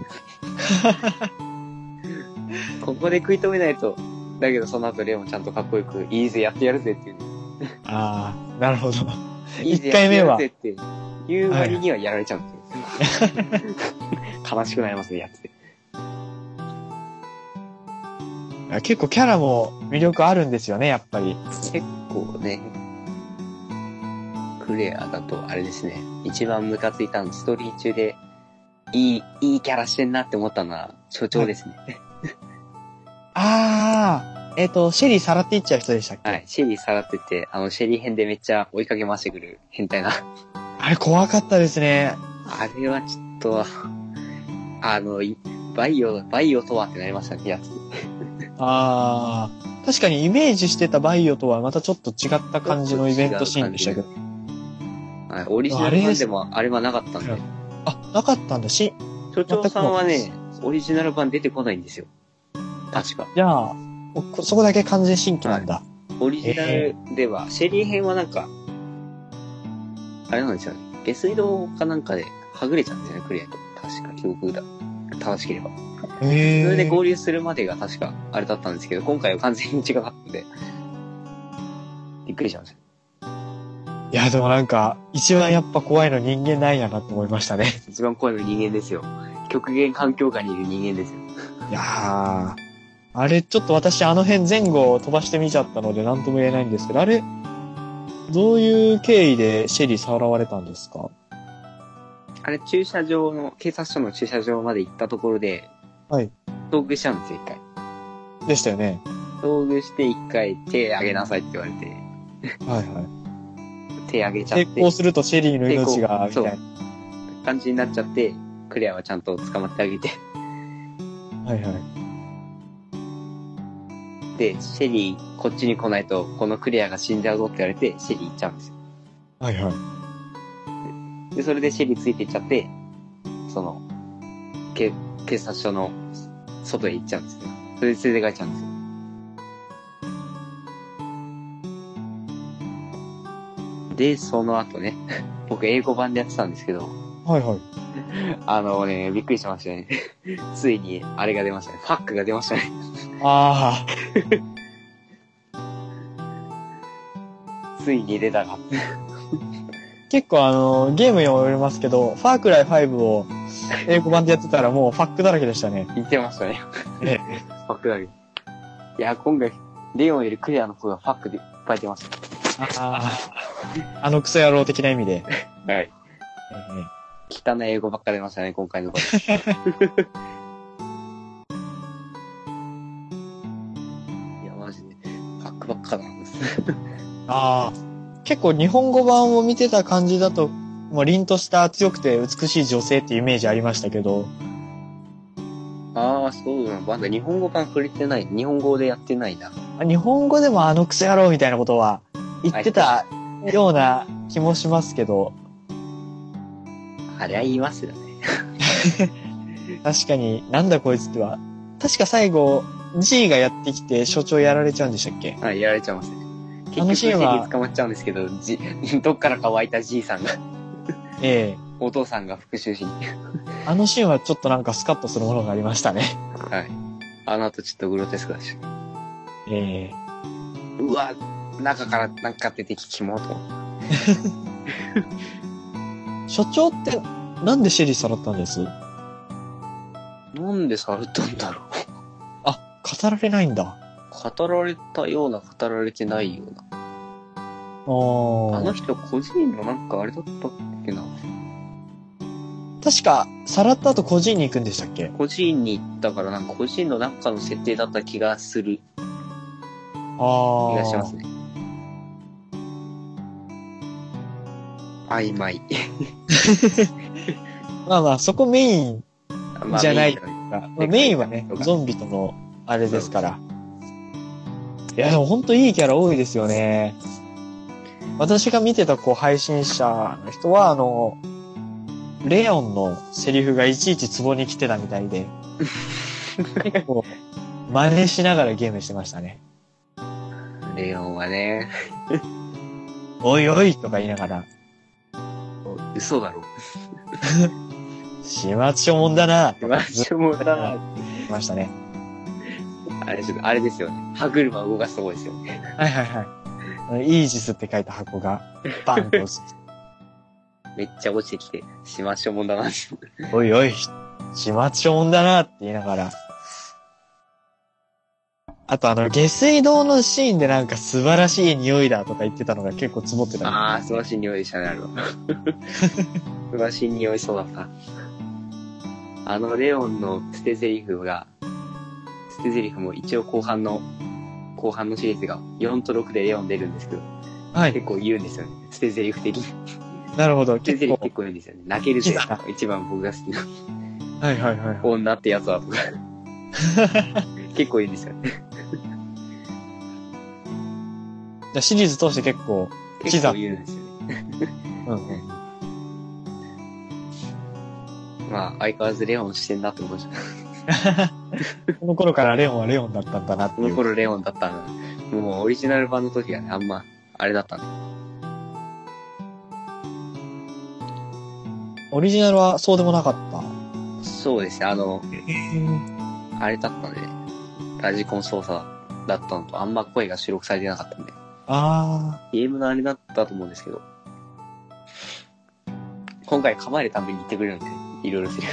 Speaker 3: ここで食い止めないと、だけどその後レオンちゃんとかっこよく、いいぜ、やってやるぜっていう。
Speaker 2: ああ、なるほど。
Speaker 3: いいぜ、
Speaker 2: 一回目
Speaker 3: やっ
Speaker 2: は
Speaker 3: てやるぜっていう割にはやられちゃうんですよ。
Speaker 2: *laughs*
Speaker 3: 悲しくなりますね、やってて。
Speaker 2: 結構キャラも魅力あるんですよね、やっぱり。
Speaker 3: 結構ね、クレアだとあれですね、一番ムカついたの、ストーリー中で、いい、いいキャラしてんなって思ったのは、所長ですね。
Speaker 2: ああ、えっ、と、シェリーさらっていっちゃう人でしたっけ、
Speaker 3: はい。シェリーさらってて、あの、シェリー編でめっちゃ追いかけ回してくる変 *laughs* 態な。
Speaker 2: あれ怖かったですね。
Speaker 3: あれはちょっと、あの、いバイオ、バイオとはってなりましたね、やつ。
Speaker 2: ああ、確かにイメージしてたバイオとはまたちょっと違った感じのイベントシーンでしたけど。
Speaker 3: はい。オリジナル版でもあれはなかったんで
Speaker 2: はい。あ、なかったんだ。し、
Speaker 3: 所長さんはね、オリジナル版出てこないんですよ。確か。
Speaker 2: じゃあ、おこそこだけ完全新規なんだ。
Speaker 3: オリジナルでは、シェリー編はなんか、あれなんですよね。下水道かなんかではぐれちゃうんですよね、クリアと。確か、記憶だ。正しければ。
Speaker 2: へえ。
Speaker 3: それで合流するまでが確かあれだったんですけど、今回は完全に違かったんで、びっくりしました。
Speaker 2: いや、でもなんか、一番やっぱ怖いの人間なんやなと思いましたね。
Speaker 3: 一番怖いの人間ですよ。極限環境下にいる人間ですよ。
Speaker 2: いやー。あれ、ちょっと私あの辺前後を飛ばしてみちゃったので何とも言えないんですけど、あれ、どういう経緯でシェリーさらわれたんですか
Speaker 3: あれ、駐車場の、警察署の駐車場まで行ったところで、
Speaker 2: はい。
Speaker 3: 遭遇しちゃうんですよ、一回。
Speaker 2: でしたよね。
Speaker 3: 遭遇して一回手あげなさいって言われて、
Speaker 2: はいはい。
Speaker 3: 手あげちゃっ
Speaker 2: 成
Speaker 3: て。
Speaker 2: 功するとシェリーの命が、
Speaker 3: 抵抗
Speaker 2: み
Speaker 3: そ
Speaker 2: た
Speaker 3: う
Speaker 2: いな。
Speaker 3: 感じになっちゃって、クレアはちゃんと捕まってあげて。
Speaker 2: はいはい。
Speaker 3: で、シェリー、こっちに来ないと、このクレアが死んじゃうぞって言われて、シェリー行っちゃうんですよ。
Speaker 2: はいはい。
Speaker 3: で、それでシェリーついていっちゃって、その、け警察署の外へ行っちゃうんですよ。それで連れて帰っちゃうんですよ。で、その後ね、 *laughs* 僕英語版でやってたんですけど、
Speaker 2: はいはい。
Speaker 3: あのね、びっくりしましたね。 *laughs* ついに、あれが出ましたね。ファックが出ましたね。 *laughs*
Speaker 2: ああ、
Speaker 3: ついに出たが。
Speaker 2: 結構あの、ゲームにもよりますけど、ファークライ5を英語版でやってたらもうファックだらけでしたね。
Speaker 3: 言ってました *laughs* ね。
Speaker 2: ええ
Speaker 3: ファックだけ。いや、今回、レオンよりクレアの方がファックでいっぱい出まし
Speaker 2: ああ、あのクソ野郎的な意味で。
Speaker 3: た。はい。
Speaker 2: ええ
Speaker 3: 汚い英語ばっか出ましたね、今回の *laughs* 場合。いや、マジで。ファックばっかなんです。
Speaker 2: *laughs* ああ、結構日本語版を見てた感じだと、もう凛とした強くて美しい女性っていうイメージありましたけど、
Speaker 3: *laughs* ああ、そうなの。まだ日本語版触れてない。日本語でやってないな。
Speaker 2: あ日本語でもあのクソ野郎みたいなことは言ってたような気もしますけど、
Speaker 3: あれは言いますよね。 *laughs*
Speaker 2: 確かになんだこいつっては、確か最後、G がやってきて所長やられちゃうんでしたっけ
Speaker 3: はい、やられちゃいますね。結
Speaker 2: あ
Speaker 3: 局、
Speaker 2: の
Speaker 3: シ
Speaker 2: シー
Speaker 3: ェ
Speaker 2: ン
Speaker 3: リ
Speaker 2: は
Speaker 3: ー捕まっちゃうんですけど、じ *laughs* どっからか湧いたじいさんが、
Speaker 2: ええ
Speaker 3: お父さんが復讐しに。 *laughs*
Speaker 2: あのシーンはちょっとなんかスカッとするものがありましたね。
Speaker 3: はい。あの後ちょっとグロテスクだし。
Speaker 2: ええ
Speaker 3: うわ、中からなんか出てききもと思って。
Speaker 2: 所長ってなんでシェリーさらったんです
Speaker 3: なんでされたんだろう。
Speaker 2: あ、語られないんだ。
Speaker 3: 語られたような、語られてないような。
Speaker 2: あ
Speaker 3: あの
Speaker 2: ー
Speaker 3: 人個人のなんかあれだったっけな。
Speaker 2: 確か、さらった後個人に行くんでしたっけ
Speaker 3: 個人に行ったから、なんか個人のなんかの設定だった気がする気
Speaker 2: あ
Speaker 3: がします
Speaker 2: あ。
Speaker 3: ね。
Speaker 2: *laughs*
Speaker 3: 曖昧。
Speaker 2: まあまあ、そこメイン
Speaker 3: まあ
Speaker 2: じゃない
Speaker 3: メインじゃ
Speaker 2: が、
Speaker 3: で
Speaker 2: メインはね
Speaker 3: そう、か
Speaker 2: ゾンビとのあれですから。いや、でもほんといいキャラ多いですよね。私が見てたこう配信者の人は、あの、レオンのセリフがいちいちツボに来てたみたい
Speaker 3: *laughs*
Speaker 2: で、結構、真似しながらゲームしてましたね。
Speaker 3: レオンはね、
Speaker 2: おいおいとか言いながら、
Speaker 3: 嘘だろ。
Speaker 2: 始末書もんだなと
Speaker 3: マ
Speaker 2: かず
Speaker 3: ジ
Speaker 2: っと
Speaker 3: でもう
Speaker 2: 言
Speaker 3: な、
Speaker 2: ってましたね。
Speaker 3: あれですよあれですよね。歯車を動かすとこですよね。
Speaker 2: はいはいはい。イージスって書いた箱が、バンと落 *laughs* ちて
Speaker 3: めっちゃ落ちてきて、しましょもんだな。
Speaker 2: おいおい、始末書もんだなって言いながら。あとあの、下水道のシーンでなんか素晴らしい匂いだとか言ってたのが結構積もってたね。
Speaker 3: ああ、素晴らしい匂いでしたね、あ
Speaker 2: *laughs*
Speaker 3: れは。素晴らしい匂いそうだった。あの、レオンの捨て台詞が、捨て台詞も一応後半の、後半のシリーズが4と6でレオン出るんですけど、
Speaker 2: はい。
Speaker 3: 結構言うんですよね。捨て台詞的に。捨
Speaker 2: なるほど。
Speaker 3: て
Speaker 2: 結
Speaker 3: 台詞
Speaker 2: 構
Speaker 3: 結。構言うんですよね。泣けるぜ
Speaker 2: いいな。
Speaker 3: 一番僕が好きな
Speaker 2: はいはいはいはい。
Speaker 3: 女ってやつは
Speaker 2: *laughs*
Speaker 3: とか。結構言うんですよね。
Speaker 2: じゃあシリーズ通して結構、キ
Speaker 3: 結
Speaker 2: ザ
Speaker 3: 構言うんですよね。
Speaker 2: うんうん。
Speaker 3: まあ、相変わらずレオンしてんなって思いました。
Speaker 2: この頃からレオンはレオンだったんだなって
Speaker 3: こ
Speaker 2: い
Speaker 3: の
Speaker 2: う。
Speaker 3: 頃レオンだったんだ。もうオリジナル版の時がね、あんま、あれだったね。
Speaker 2: オリジナルはそうでもなかった。
Speaker 3: そうですね、あの、
Speaker 2: うん
Speaker 3: あれだったね。ラジコン操作だったのと、あんま声が収録されてなかったんで。
Speaker 2: あ
Speaker 3: ゲームのあれだったと思うんですけど。今回噛まれるたんびに言ってくれるんで、いろいろする。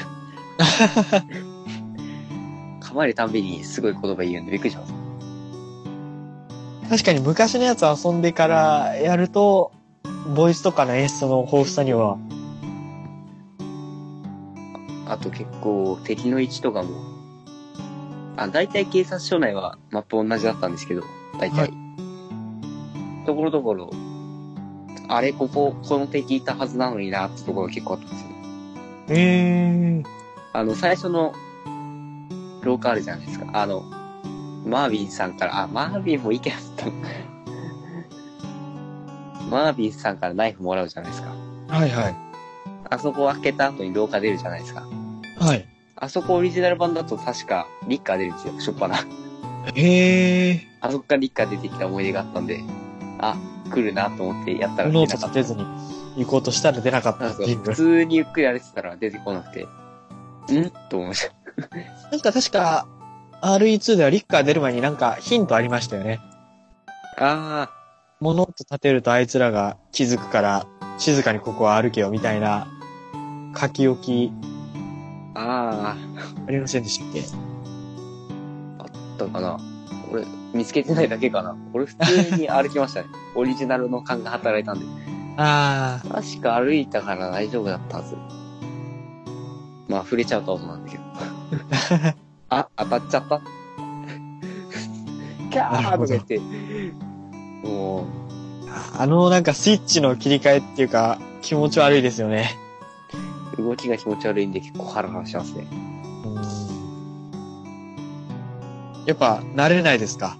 Speaker 3: 噛まれるたんびにすごい言葉言うんでびっくりします。
Speaker 2: ー。確かに昔のやつ遊んでからやると、ボイスとかの演出の豊富さには、
Speaker 3: あと結構敵の位置とかも、あ、大体警察署内はマップ同じだったんですけど、大体。
Speaker 2: はい
Speaker 3: ところどころ、あれ、ここ、この敵いたはずなのにな、ってところが結構あったんですよ。
Speaker 2: ええー。
Speaker 3: あの、最初の、廊下あるじゃないですか。あの、マービンさんから、あ、マービンもいいけどった。 *laughs* マービンさんからナイフもらうじゃないですか。
Speaker 2: はいはい。
Speaker 3: あそこ開けた後に廊下出るじゃないですか。
Speaker 2: はい。
Speaker 3: あそこオリジナル版だと確か、リッカー出るんですよ、しょっぱな。
Speaker 2: ええ
Speaker 3: あそこからリッカー出てきた思い出があったんで、あ、来るなと思ってやったら
Speaker 2: ー。
Speaker 3: 出
Speaker 2: ノ
Speaker 3: な
Speaker 2: ート
Speaker 3: かった
Speaker 2: 立てずに行こうとしたら出なかっ
Speaker 3: な
Speaker 2: た
Speaker 3: ん
Speaker 2: っ
Speaker 3: か
Speaker 2: ていう。
Speaker 3: 普通にゆっくり歩いてたら出てこなくて、んと思いました。
Speaker 2: なんか確か、RE2 ではリッカー出る前になんかヒントありましたよね。
Speaker 3: あ
Speaker 2: 物音立てるとあいつらが気づくから、静かにここは歩けよみたいな書き置き
Speaker 3: あ、ああ、
Speaker 2: ありませんでしたっけ
Speaker 3: だかな。俺、見つけてないだけかな。俺普通に歩きましたね。オリジナルの勘が働いたんで。
Speaker 2: あ
Speaker 3: 確か歩いたから大丈夫だったはず。まあ、触れちゃうと思うんだけど。
Speaker 2: あ。
Speaker 3: あ、当たっちゃった。キャーとか言って。も
Speaker 2: あのなんかスイッチの切り替えっていうか気持ち悪いですよね。
Speaker 3: う、動きが気持ち悪いんで結構ハラハラしますね。
Speaker 2: やっぱ慣れないですか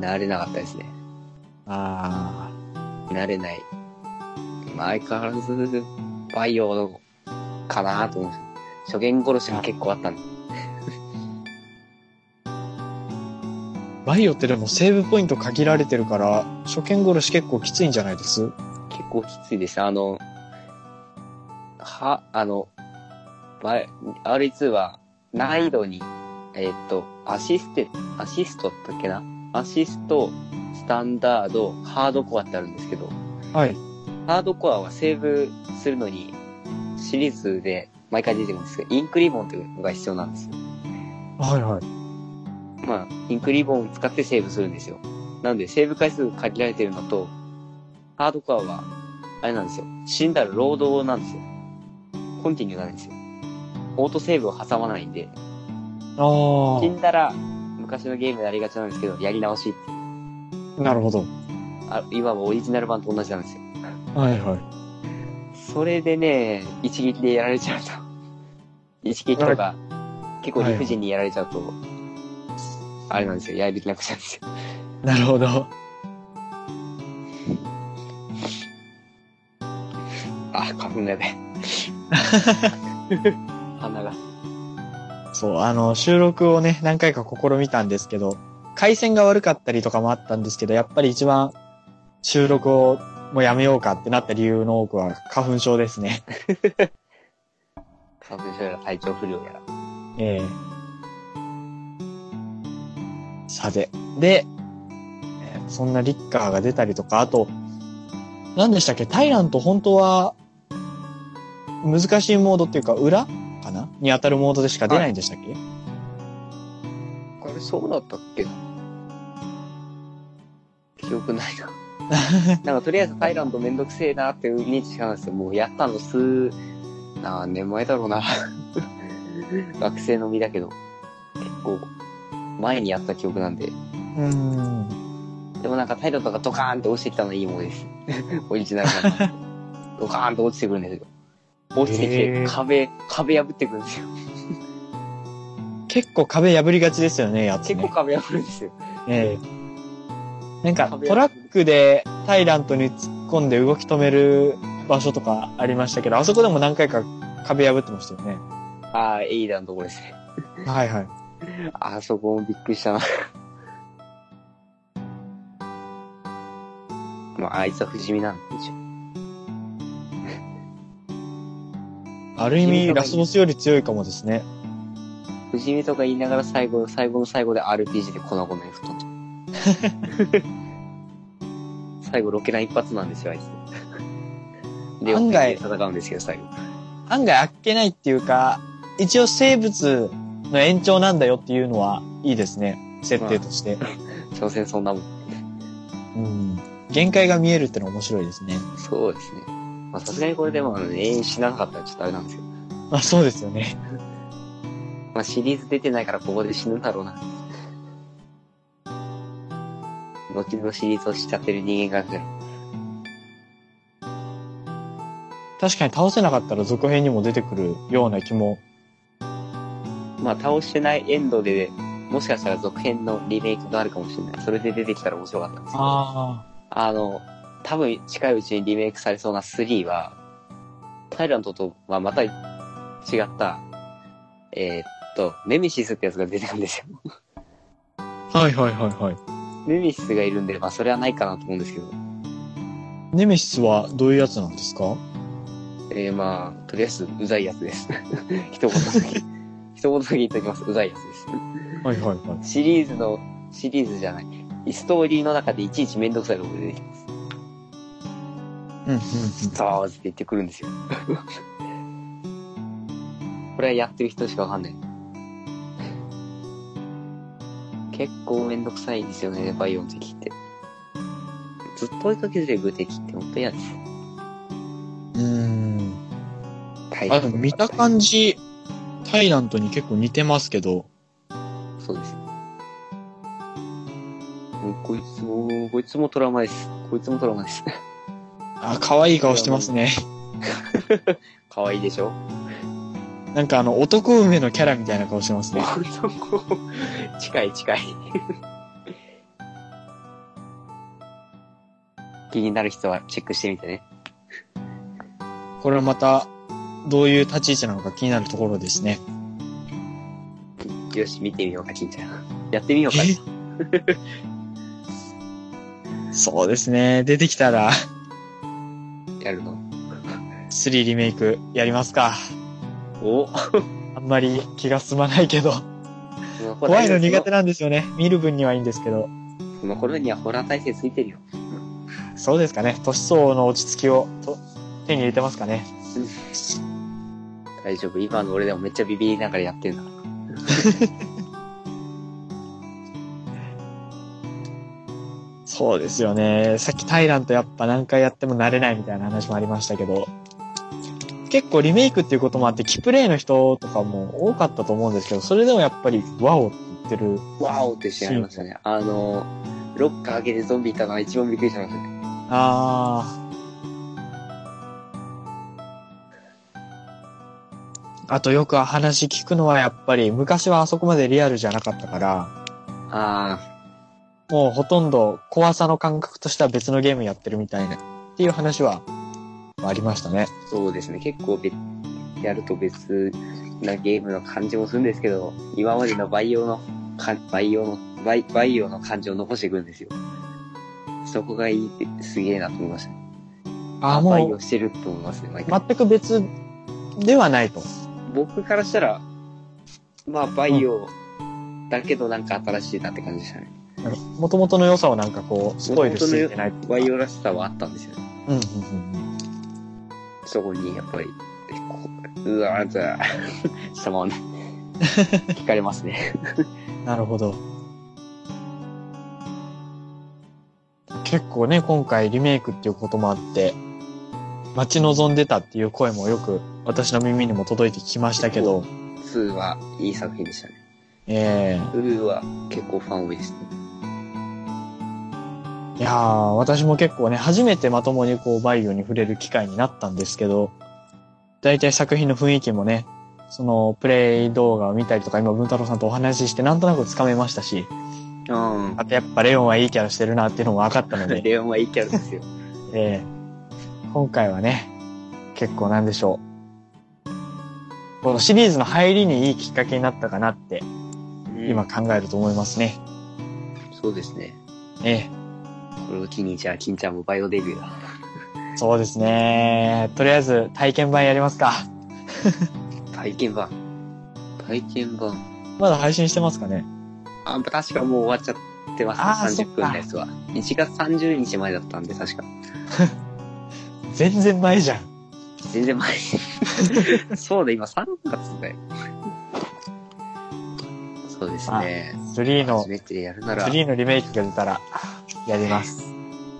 Speaker 3: 慣れなかったですね。
Speaker 2: あ
Speaker 3: 慣れない。まあ、相変わらず、バイオの、かなと思って。初見殺しも結構あったんで。
Speaker 2: あ。バイオってでもセーブポイント限られてるから、初見殺し結構きついんじゃないです
Speaker 3: 結構きついでした。あの、は、あの、バイ R2 は難易度に、えーっと、アシステ、アシストだっけなアシスト、スタンダード、ハードコアってあるんですけど、
Speaker 2: はい。
Speaker 3: ハードコアはセーブするのに、シリーズで毎回出てくるんですけど、インクリボンというのが必要なんですよ。
Speaker 2: はいはい。
Speaker 3: まあ、インクリボンを使ってセーブするんですよ。なので、セーブ回数限られてるのと、ハードコアは、あれなんですよ。死んだら労働なんですよ。コンティニューなんですよ。オートセーブを挟まないんで、
Speaker 2: あ
Speaker 3: 死んだら、昔のゲームでありがちなんですけど、やり直しっていう
Speaker 2: あ。なるほど。
Speaker 3: あ、いわばオリジナル版と同じなんですよ。
Speaker 2: はいはい。
Speaker 3: それでね、一撃でやられちゃうと。 *laughs* 一撃とか、結構理不尽にやられちゃうと、あれなんですよ。やる気なくちゃうんですよ。
Speaker 2: なるほど。
Speaker 3: あ、花粉がやべえ。鼻が。
Speaker 2: そう、あの、収録をね、何回か試みたんですけど、回線が悪かったりとかもあったんですけど、やっぱり一番収録をもうやめようかってなった理由の多くは花粉症ですね。
Speaker 3: 花粉症やら体調不良やら。
Speaker 2: ええさて。で、えーそんなリッカーが出たりとか、あと、何でしたっけタイラント本当は、難しいモードっていうか、裏かなに当たるモードでしか出ないんでしたっけ、
Speaker 3: あれ、そうだったっけな記憶ないな。なんか、とりあえずタイランドめんどくせえなっていう認知しかないですよ。もうやったの数、何年前だろうな。学生の身だけど、結構、前にやった記憶なん
Speaker 2: *laughs*
Speaker 3: で。
Speaker 2: うーん。
Speaker 3: でもなんかタイランドがドカーンって落ちてきたのいいものです。 *laughs* オリジナル版。
Speaker 2: *laughs*
Speaker 3: ドカーンって落ちてくるんですよ。落ちてき
Speaker 2: へー
Speaker 3: て、壁、壁破ってくるんですよ。
Speaker 2: 結構壁破りがちですよね、やつ、ね。
Speaker 3: 結構壁破るんですよ。
Speaker 2: ええなんか、
Speaker 3: 壁
Speaker 2: トラックでタイラントに突っ込んで動き止める場所とかありましたけど、あそこでも何回か壁破ってましたよね。
Speaker 3: ああ、エイダーのところですね。
Speaker 2: はいはい。
Speaker 3: あそこもびっくりしたな。 *laughs* まあ、あいつは不死身なんでしょ。
Speaker 2: ある意味、ラスボスより強いかもですね。
Speaker 3: 不死身とか言いながら最後、最後の最後で RPG で粉々に吹っ飛んじゃう。
Speaker 2: *laughs*
Speaker 3: 最後、ロケラン一発なんですよ、あいつ。で、
Speaker 2: 案
Speaker 3: 音
Speaker 2: 外
Speaker 3: で戦うんですけど、最後。
Speaker 2: 案外あっけないっていうか、一応生物の延長なんだよっていうのはいいですね。設定として。
Speaker 3: 所詮そんなも
Speaker 2: う
Speaker 3: ん。
Speaker 2: ん。限界が見えるっての面白いですね。
Speaker 3: そうですね。まあ、さすがにこれでも、あの、永遠死ななかったらちょっとあれなんですけど。
Speaker 2: まあそうですよね。
Speaker 3: まあシリーズ出てないからここで死ぬんだろうな。後のシリーズをしちゃってる人間が来る。
Speaker 2: 確かに倒せなかったら続編にも出てくるような気も。
Speaker 3: まあ倒してないエンドで、もしかしたら続編のリメイクがあるかもしれない。それで出てきたら面白かったんですけど。
Speaker 2: あ
Speaker 3: あの、多分近いうちにリメイクされそうな3は、タイラントとはまた違った、えーっと、ネミシスってやつが出てくるんですよ。
Speaker 2: あ。はいはいはいはい。
Speaker 3: ネミシスがいるんで、まあそれはないかなと思うんですけど、
Speaker 2: ネメシスはどういうやつなんですか
Speaker 3: えー、まあ、とりあえずうざいやつです。 *laughs* 一言だけ。一言だけ言っておきます。うざいやつです。
Speaker 2: はいはいはい。
Speaker 3: シリーズの、シリーズじゃない。ストーリーの中でいちいちめんどくさいところで出てきます。
Speaker 2: うんうんうん。
Speaker 3: ザーズって言ってくるんですよ。 *laughs* これはやってる人しかわかんない。結構めんどくさいんですよね、バイオン敵って。ずっと追いかけてる敵って本当嫌です。
Speaker 2: うーん。
Speaker 3: 大
Speaker 2: あ、でも見た感じ、タイラントに結構似てますけど、
Speaker 3: そうです。もうこいつも、こいつもトラウマです。こいつもトラウマです。
Speaker 2: あ、可愛い顔してますね。
Speaker 3: 可愛いでし *laughs* ょ
Speaker 2: なんかあの、男梅のキャラみたいな顔してますね。
Speaker 3: 男近い *laughs* 近い。気になる人はチェックしてみてね。
Speaker 2: これまた、どういう立ち位置なのか気になるところですね。
Speaker 3: よし、見てみようか、金ちゃん。やってみようか。
Speaker 2: そうですね。出てきたら、
Speaker 3: やるの。
Speaker 2: 3リメイクやりますか。
Speaker 3: お
Speaker 2: あんまり気が進まないけど。怖いの苦手なんですよね。見る分にはいいんですけど。
Speaker 3: その頃にはホラー体制ついてるよ。
Speaker 2: そうですかね。年相応の落ち着きをと手に入れてますかね。
Speaker 3: 大丈夫。今の俺でもめっちゃビビりながらやってるんだから。
Speaker 2: そうですよね。さっきタイランとやっぱ何回やっても慣れないみたいな話もありましたけど。結構リメイクっていうこともあって、キプレイの人とかも多かったと思うんですけど、それでもやっぱり、ワオって言ってる。
Speaker 3: ワオってしまいましたね。あの、ロッカー開けてゾンビいたのが一番びっくりしましたね。
Speaker 2: ああ。あとよく話聞くのはやっぱり昔はあそこまでリアルじゃなかったから、
Speaker 3: あ
Speaker 2: もうほとんど怖さの感覚としては別のゲームやってるみたいなっていう話はありましたね。
Speaker 3: あ、そうですね。結構別、やると別なゲームの感じもするんですけど、今までの培養の、か培養の、培培養の感じを残していくんですよ。そこがいいって、すげえなと思いましたね。
Speaker 2: ああ、
Speaker 3: 培
Speaker 2: もう
Speaker 3: 養してると思いますね、毎回。
Speaker 2: 全く別ではないと。
Speaker 3: 僕からしたら、まあ、バイオだけどなんか新しいなって感じでしたね。
Speaker 2: 元々の良さをなんかこう、スポイルしていてないというか
Speaker 3: バイオらしさはあったんですよね。
Speaker 2: うんうんうんうん。
Speaker 3: そこに、やっぱり、こううわーず *laughs* ゃー、したま
Speaker 2: *laughs*
Speaker 3: んね。惹かれますね。
Speaker 2: なるほど。結構ね、今回リメイクっていうこともあって、待ち望んでたっていう声もよく私の耳にも届いてきましたけど、
Speaker 3: 2はいい作品でしたね。
Speaker 2: え
Speaker 3: 2は結構ファン多いですね。
Speaker 2: えいやー、私も結構ね、初めてまともにこう、バイオに触れる機会になったんですけど、大体作品の雰囲気もね、その、プレイ動画を見たりとか、今、文太郎さんとお話しして、なんとなくつかめましたし、
Speaker 3: うん
Speaker 2: あ。とやっぱレオンはいいキャラしてるなっていうのも分かったので、
Speaker 3: レオンはいいキャラですよ。
Speaker 2: えー今回はね、結構なんでしょう。このシリーズの入りにいいきっかけになったかなって、
Speaker 3: うん
Speaker 2: 今。考えると思いますね。
Speaker 3: そうですね。
Speaker 2: え
Speaker 3: これを機に、じゃあ、金ちゃんもバイオデビューだ。
Speaker 2: えそうですね。とりあえず体験版やりますか。
Speaker 3: 体験版。体験版。
Speaker 2: まだ配信してますかね。
Speaker 3: あ、確かもう終わっちゃって
Speaker 2: あー
Speaker 3: ます、ね。30分のやつは。1月30日までだったんで、確か。
Speaker 2: 全然前じゃん。
Speaker 3: 全然 *laughs* 前に。そうだ、今3月だよ。そうですね。
Speaker 2: 3の
Speaker 3: 初、めてやるなら。
Speaker 2: 3のリメイクが出たら、やります。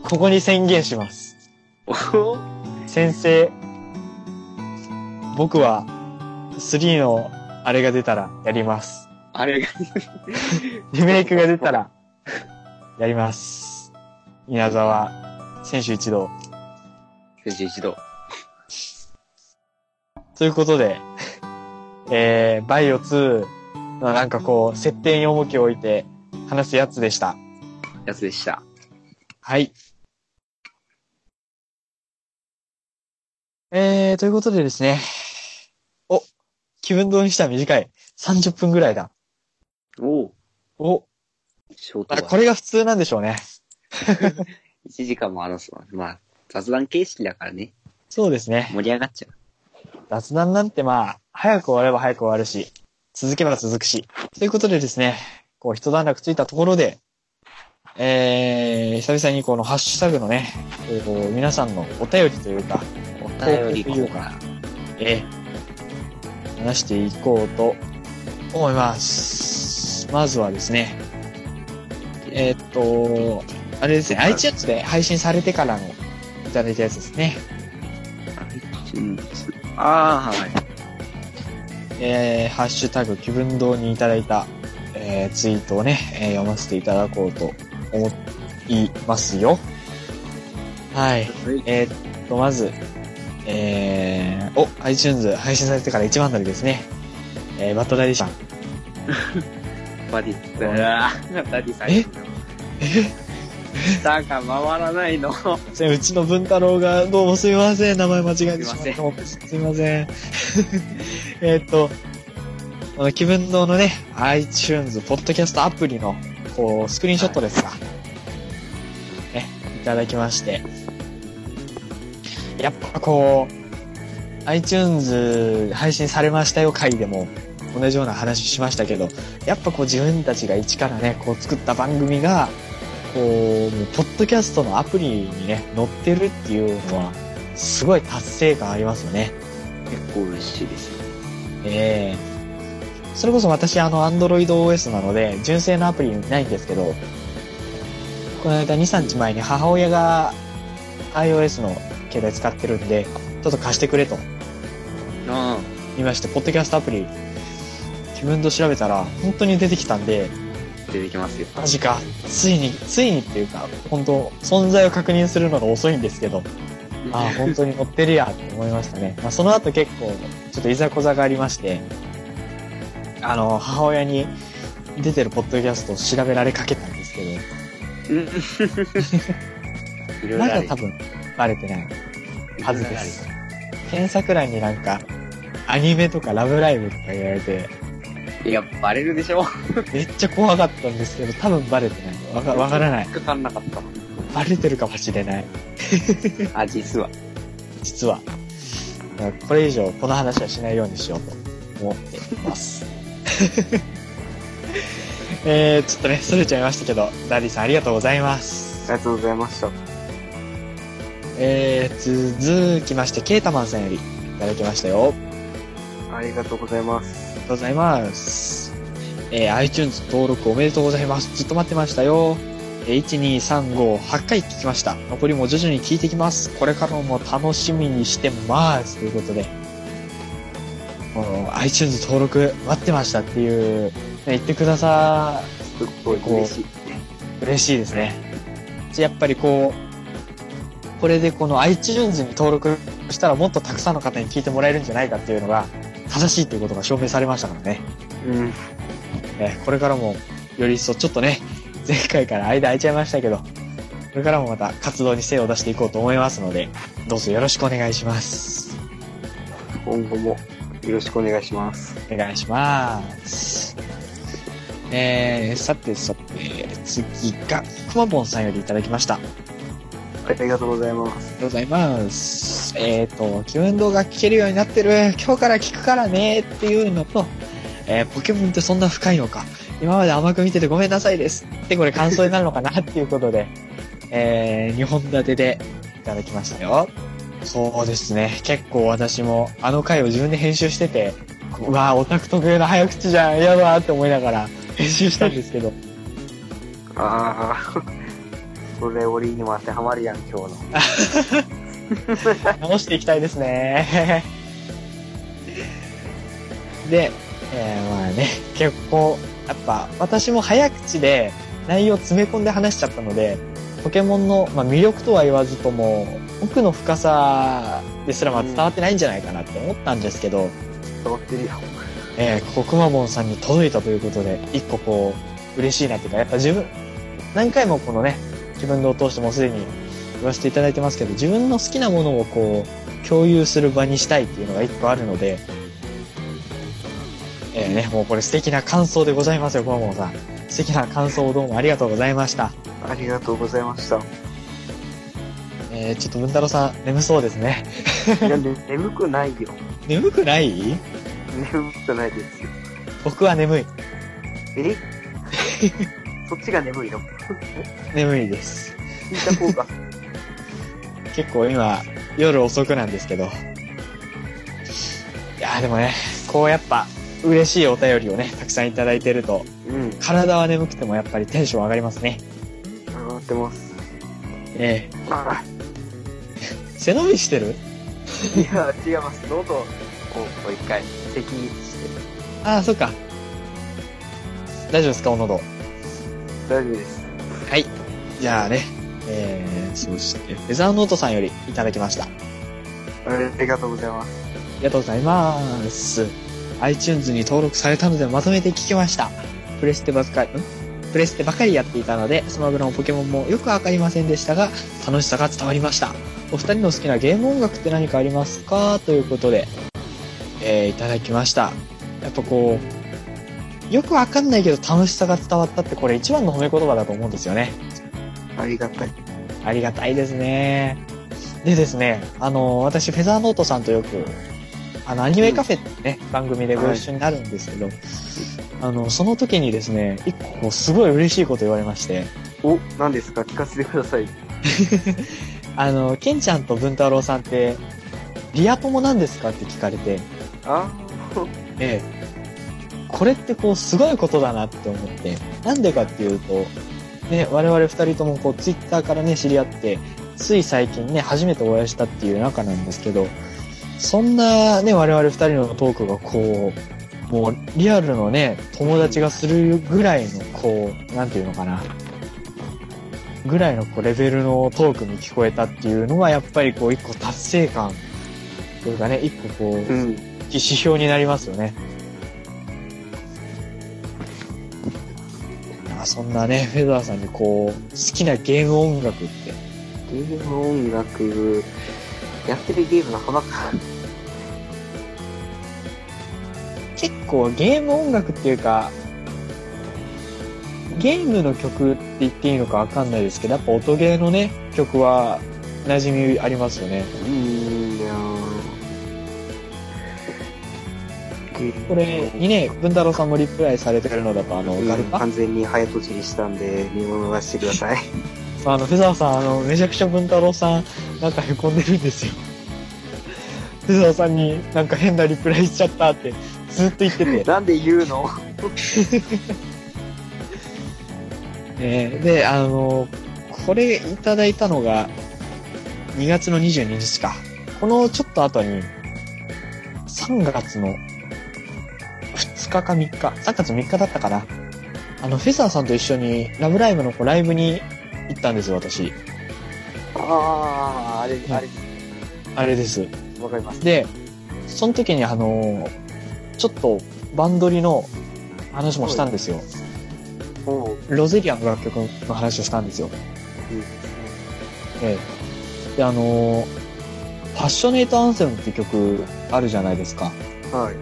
Speaker 2: ここに宣言します。
Speaker 3: おお
Speaker 2: 先生、僕は3のあれが出たらやります。
Speaker 3: あれが、
Speaker 2: リメイクが出たら、やります。稲沢、選手一同。
Speaker 3: 選手一同。
Speaker 2: ということで、えー、バイオ2のなんかこう、設定に重きを置いて話すやつでした。
Speaker 3: やつでした。
Speaker 2: はい。えー、ということでですね。お、気分堂にしたら短い。30分ぐらいだ。
Speaker 3: おお。
Speaker 2: お、
Speaker 3: ショート
Speaker 2: ま
Speaker 3: は
Speaker 2: あ、これが普通なんでしょうね。
Speaker 3: 1時間も話すわ。まあ、雑談形式だからね。
Speaker 2: そうですね。
Speaker 3: 盛り上がっちゃう。
Speaker 2: 雑談なんてまあ、早く終われば早く終わるし、続けば続くし。ということでですね、こう一段落ついたところで、えー、久々にこのハッシュタグのね、えーこう皆さんのお便りというか、
Speaker 3: お便りこうか
Speaker 2: えー話していこうと思います。まずはですね、えーっと、あれですね、iTunes で配信されてからのいただいたやつですね。
Speaker 3: ああ、はい。
Speaker 2: えーハッシュタグ気分堂にいただいた、えーツイートをね、えー読ませていただこうと思いますよ。はい。えーっと、まず、えー、お、iTunes 配信されてから1万ドルですね。えー、バットダディさん。
Speaker 3: バディ。ああ、バディさん。
Speaker 2: え
Speaker 3: 下が回らないの。
Speaker 2: すいませんうちの文太郎が、どうもすいません。名前間違えてしまって
Speaker 3: すい
Speaker 2: 本当に *laughs* すいません。えーっと、この気分堂のね、iTunes、ポッドキャストアプリの、こう、スクリーンショットですか。ね、いただきまして。やっぱこう、iTunes 配信されましたよ回でも、同じような話しましたけど、やっぱこう自分たちが一からね、こう作った番組が、こう、もうポッドキャストのアプリにね、載ってるっていうのは、すごい達成感ありますよね。
Speaker 3: 結構嬉しいです。
Speaker 2: ええそれこそ私、あの、Android OS なので、純正のアプリないんですけど、この間2、3日前に母親が iOS の携帯使ってるんで、ちょっと貸してくれと
Speaker 3: あ
Speaker 2: 言いまして、ポッドキャストアプリ、自分と調べたら、本当に出てきたんで、
Speaker 3: あ、出てきますよ。
Speaker 2: マジか、ついに、ついにっていうか、本当存在を確認するのが遅いんですけど、ああ、本当に乗ってるや、って思いましたね。まあ、その後結構、ちょっといざこざがありまして、あの、母親に出てるポッドキャストを調べられかけたんですけど、 *laughs*
Speaker 3: うん。いろいろ
Speaker 2: ま
Speaker 3: あ
Speaker 2: だ
Speaker 3: る
Speaker 2: 多。分、バレてないはずです。検索欄になんか、アニメとかラブライブとか言われて、
Speaker 3: いや、バレるでしょ。
Speaker 2: めっちゃ怖かったんですけど、多分バレてない。わかわからない
Speaker 3: 引。っかかんなかったもん。
Speaker 2: バレてるかもしれない。
Speaker 3: あ、実は。
Speaker 2: 実は。だからこれ以上、この話はしないようにしようと思っています。 *laughs* えー、ちょっとね、それちゃいましたけど、ダディさんありがとうございます。
Speaker 3: がとうございました。
Speaker 2: えー、続きまして、ケータマンさんよりいただきましたよ。
Speaker 3: ありがとうございます
Speaker 2: ありが。とうございます。えー iTunes 登録おめでとうございます。ずっと待ってましたよ。えー1235、8回聞きました。残りも徐々に聞いてきます。これからも楽しみにしてます。ということで、この iTunes 登録待ってましたっていう、ね、言ってくださ
Speaker 3: すっごい嬉しい。
Speaker 2: 嬉しいですね。じゃあやっぱりこう、これでこの iTunes に登録したらもっとたくさんの方に聞いてもらえるんじゃないかっていうのが正しいということが証明されましたからね。
Speaker 3: うん。
Speaker 2: ね、これからもより一層ちょっとね、前回から間空いちゃいましたけど、これからもまた活動に精を出していこうと思いますので、どうぞよろしくお願いします。
Speaker 3: 今後もよろしくお願いします。
Speaker 2: お願いします。えー、さてさて、次が、くまぼんさんよりいただきました。あ
Speaker 3: ありがとうございます。
Speaker 2: りがとうございます。えーと、気分動画聞けるようになってる。今日から聞くからねっていうのと、えーポケモンってそんな深いのか。今まで甘く見ててごめんなさいです。ってこれ感想になるのかなっていうことで、 *laughs* えー、2本立てでいただきましたよ。そうですね。結構私もあの回を自分で編集してて、うわぁ、オタク特有の早口じゃん。やだーって思いながら編集したんですけど、
Speaker 3: ああ、それ俺にも当てはまるやん、今日の。
Speaker 2: 直していきたいですね。で、えー、まあね、 *laughs* 結構、やっぱ私も早口で内容詰め込んで話しちゃったので、ポケモンの、まあ、魅力とは言わずとも、奥の深さですらまあ伝わってないんじゃないかなって思ったんですけど、
Speaker 5: 伝わってるよ。
Speaker 2: えー、ここくまモンさんに届いたということで、一個こう、嬉しいなというか、やっぱ自分、何回もこのね、自分のを通してもうすでに言わせていただいてますけど、自分の好きなものをこう、共有する場にしたいっていうのが一個あるので、えー、ね、もうこれ素敵な感想でございますよ、くまモンさん。素敵な感想をどうもありがとうございました。
Speaker 5: ありがとうございました。
Speaker 2: えー、ちょっと文太郎さん、眠そうですね。
Speaker 5: いや、ね、 *laughs* 眠くないよ。
Speaker 2: 眠くない
Speaker 5: 眠くないですよ。
Speaker 2: 僕は眠い。
Speaker 5: え *laughs* そっちが眠いの
Speaker 2: 眠いです。
Speaker 5: 聞いた方が。
Speaker 2: 結構今、夜遅くなんですけど。いやーでもね、こうやっぱ、嬉しいお便りをね、たくさんいただいてると、
Speaker 5: うん。
Speaker 2: 体は眠くてもやっぱりテンション上がりますね。
Speaker 5: 上がってます。
Speaker 2: ええ
Speaker 5: あ
Speaker 2: 背伸びしてる
Speaker 5: いや、違います。喉を、こう、こう一回、咳して。
Speaker 2: ああ、そっか。大丈夫ですか、お喉。
Speaker 5: 大丈夫です。
Speaker 2: じゃあね、えー、そして、フェザーノートさんよりいただきました。
Speaker 5: ありがとうございます。
Speaker 2: ありがとうございます。iTunes に登録されたのでまとめて聞きました。プレステばっかり、んプレステばかりやっていたので、スマブラもポケモンもよくわかりませんでしたが、楽しさが伝わりました。お二人の好きなゲーム音楽って何かありますかということで、えー、いただきました。やっぱこう、よくわかんないけど楽しさが伝わったってこれ一番の褒め言葉だと思うんですよね。
Speaker 5: ありがたい。
Speaker 2: ありがたいですね。でですね、あの、私、フェザーノートさんとよく、あの、アニメカフェってね、番組でご一緒になるんですけど、あの、その時にですね、一個こう、すごい嬉しいこと言われまして、
Speaker 5: お、何ですか聞かせてください。
Speaker 2: あの、ケンちゃんと文太郎さんって、リア友なんですかって聞かれて、
Speaker 5: あ
Speaker 2: ええ、これってこう、すごいことだなって思って、なんでかっていうと、ね、我々二人ともこう、ツイッターからね、知り合って、つい最近ね、初めてお会いしたっていう仲なんですけど、そんなね、我々二人のトークがこう、もう、リアルのね、友達がするぐらいの、こう、なんていうのかな、ぐらいのこうレベルのトークに聞こえたっていうのは、やっぱりこう、一個達成感、というかね、一個こう、
Speaker 5: うん。
Speaker 2: 指標になりますよね。まあそんなね、フェザーさんにこう、好きなゲーム音楽って。
Speaker 5: ゲーム音楽、やってるゲームの花か。
Speaker 2: 結構ゲーム音楽っていうか、ゲームの曲って言っていいのかわかんないですけど、やっぱ音ゲーのね、曲は馴染みありますよね。
Speaker 5: うーん、いやーゲーム
Speaker 2: これにね、文太郎さんもリプライされてるのだと、あの、
Speaker 5: うん
Speaker 2: ガルパ
Speaker 5: 完全に早とちりしたんで、見物はしてください。
Speaker 2: まあ、あの、フェザーさん、あの、めちゃくちゃ文太郎さん、なんか凹んでるんですよ。 *laughs* フェザーさんになんか変なリプライしちゃったって、ずっと言って
Speaker 5: *laughs*
Speaker 2: て。
Speaker 5: なんで言うの
Speaker 2: えーで、あの、これいただいたのが、2月の22日か。このちょっと後に、3月の2日か3日、3月3日だったかな。あの、フェザーさんと一緒に、ラブライブのこうライブに行ったんですよ、私。
Speaker 5: ああ、あれ、あれ、
Speaker 2: あれです。
Speaker 5: わかります。
Speaker 2: で、その時にあのーちょっとバンドリの話もしたんですよ。
Speaker 5: もう、
Speaker 2: ロゼリアの楽曲の話をしたんですよ。
Speaker 5: うん
Speaker 2: ええ。で、あのーパッショネートアンセムって曲あるじゃないですか。
Speaker 5: はい。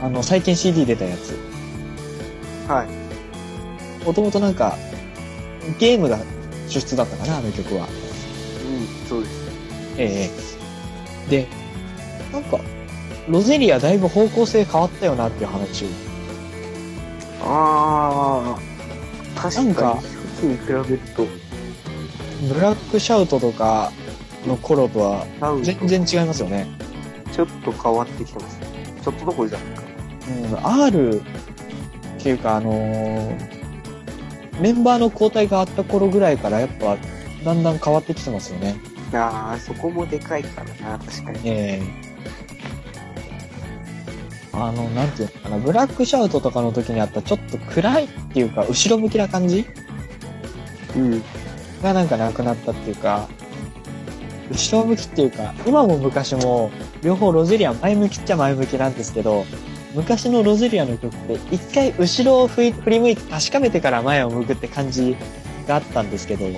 Speaker 2: あの、最近 CD 出たやつ。
Speaker 5: はい。
Speaker 2: もともとなんか、ゲームが出出だったかな、あの曲は。
Speaker 5: うん、そうです。
Speaker 2: ええ。で、なんか、ロゼリアだいぶ方向性変わったよなっていう話を
Speaker 5: ああ、確かに、
Speaker 2: なんか
Speaker 5: 初期に比べると、
Speaker 2: ブラックシャウトとかの頃とは
Speaker 5: ラウンド
Speaker 2: 全然違いますよね。
Speaker 5: ちょっと変わってきてます。ちょっとどころじゃないか。
Speaker 2: うん、R っていうか、あのーメンバーの交代があった頃ぐらいからやっぱだんだん変わってきてますよね。
Speaker 5: ああ、そこもでかいからな、確かに。
Speaker 2: ええあの、なんていうのかな、ブラックシャウトとかの時にあったちょっと暗いっていうか、後ろ向きな感じ
Speaker 6: うん。
Speaker 2: がなんかなくなったっていうか、後ろ向きっていうか、今も昔も、両方ロゼリア前向きっちゃ前向きなんですけど、昔のロゼリアの曲って、一回後ろを振り振り向いて確かめてから前を向くって感じがあったんですけど、
Speaker 3: うん。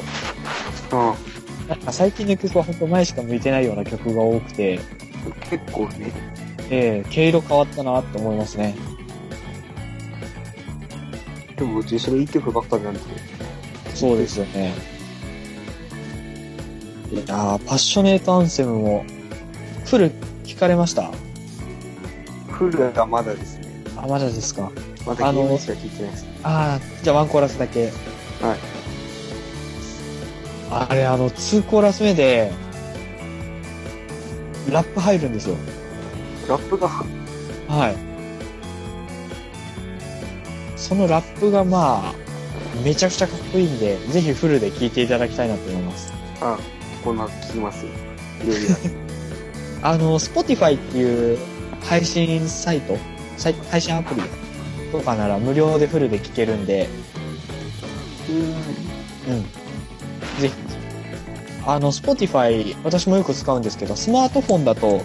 Speaker 2: なんか最近の曲はほんと前しか向いてないような曲が多くて、
Speaker 3: 結構ね。
Speaker 2: ええ毛色変わったなって思いますね。
Speaker 3: でも、自称いい曲ばっかりなんで。
Speaker 2: そうですよね。いやーパッショネートアンセムも、フル聞かれました
Speaker 3: フルがまだですね。
Speaker 2: あ、まだですか
Speaker 3: まだゲームしか聴いてないです。
Speaker 2: ああ、じゃあワンコーラスだけ。
Speaker 3: はい。
Speaker 2: あれ、あの、ツーコーラス目で、ラップ入るんですよ。
Speaker 3: ラップが、
Speaker 2: はい。そのラップがまあ、めちゃくちゃかっこいいんで、ぜひフルで聴いていただきたいなと思います。
Speaker 3: あ、こんな聴きますよ。いろいろ。
Speaker 2: あの、Spotify っていう配信サイト、サイ配信アプリとかなら無料でフルで聴けるんで、うん。ぜひ。あの、Spotify、私もよく使うんですけど、スマートフォンだと、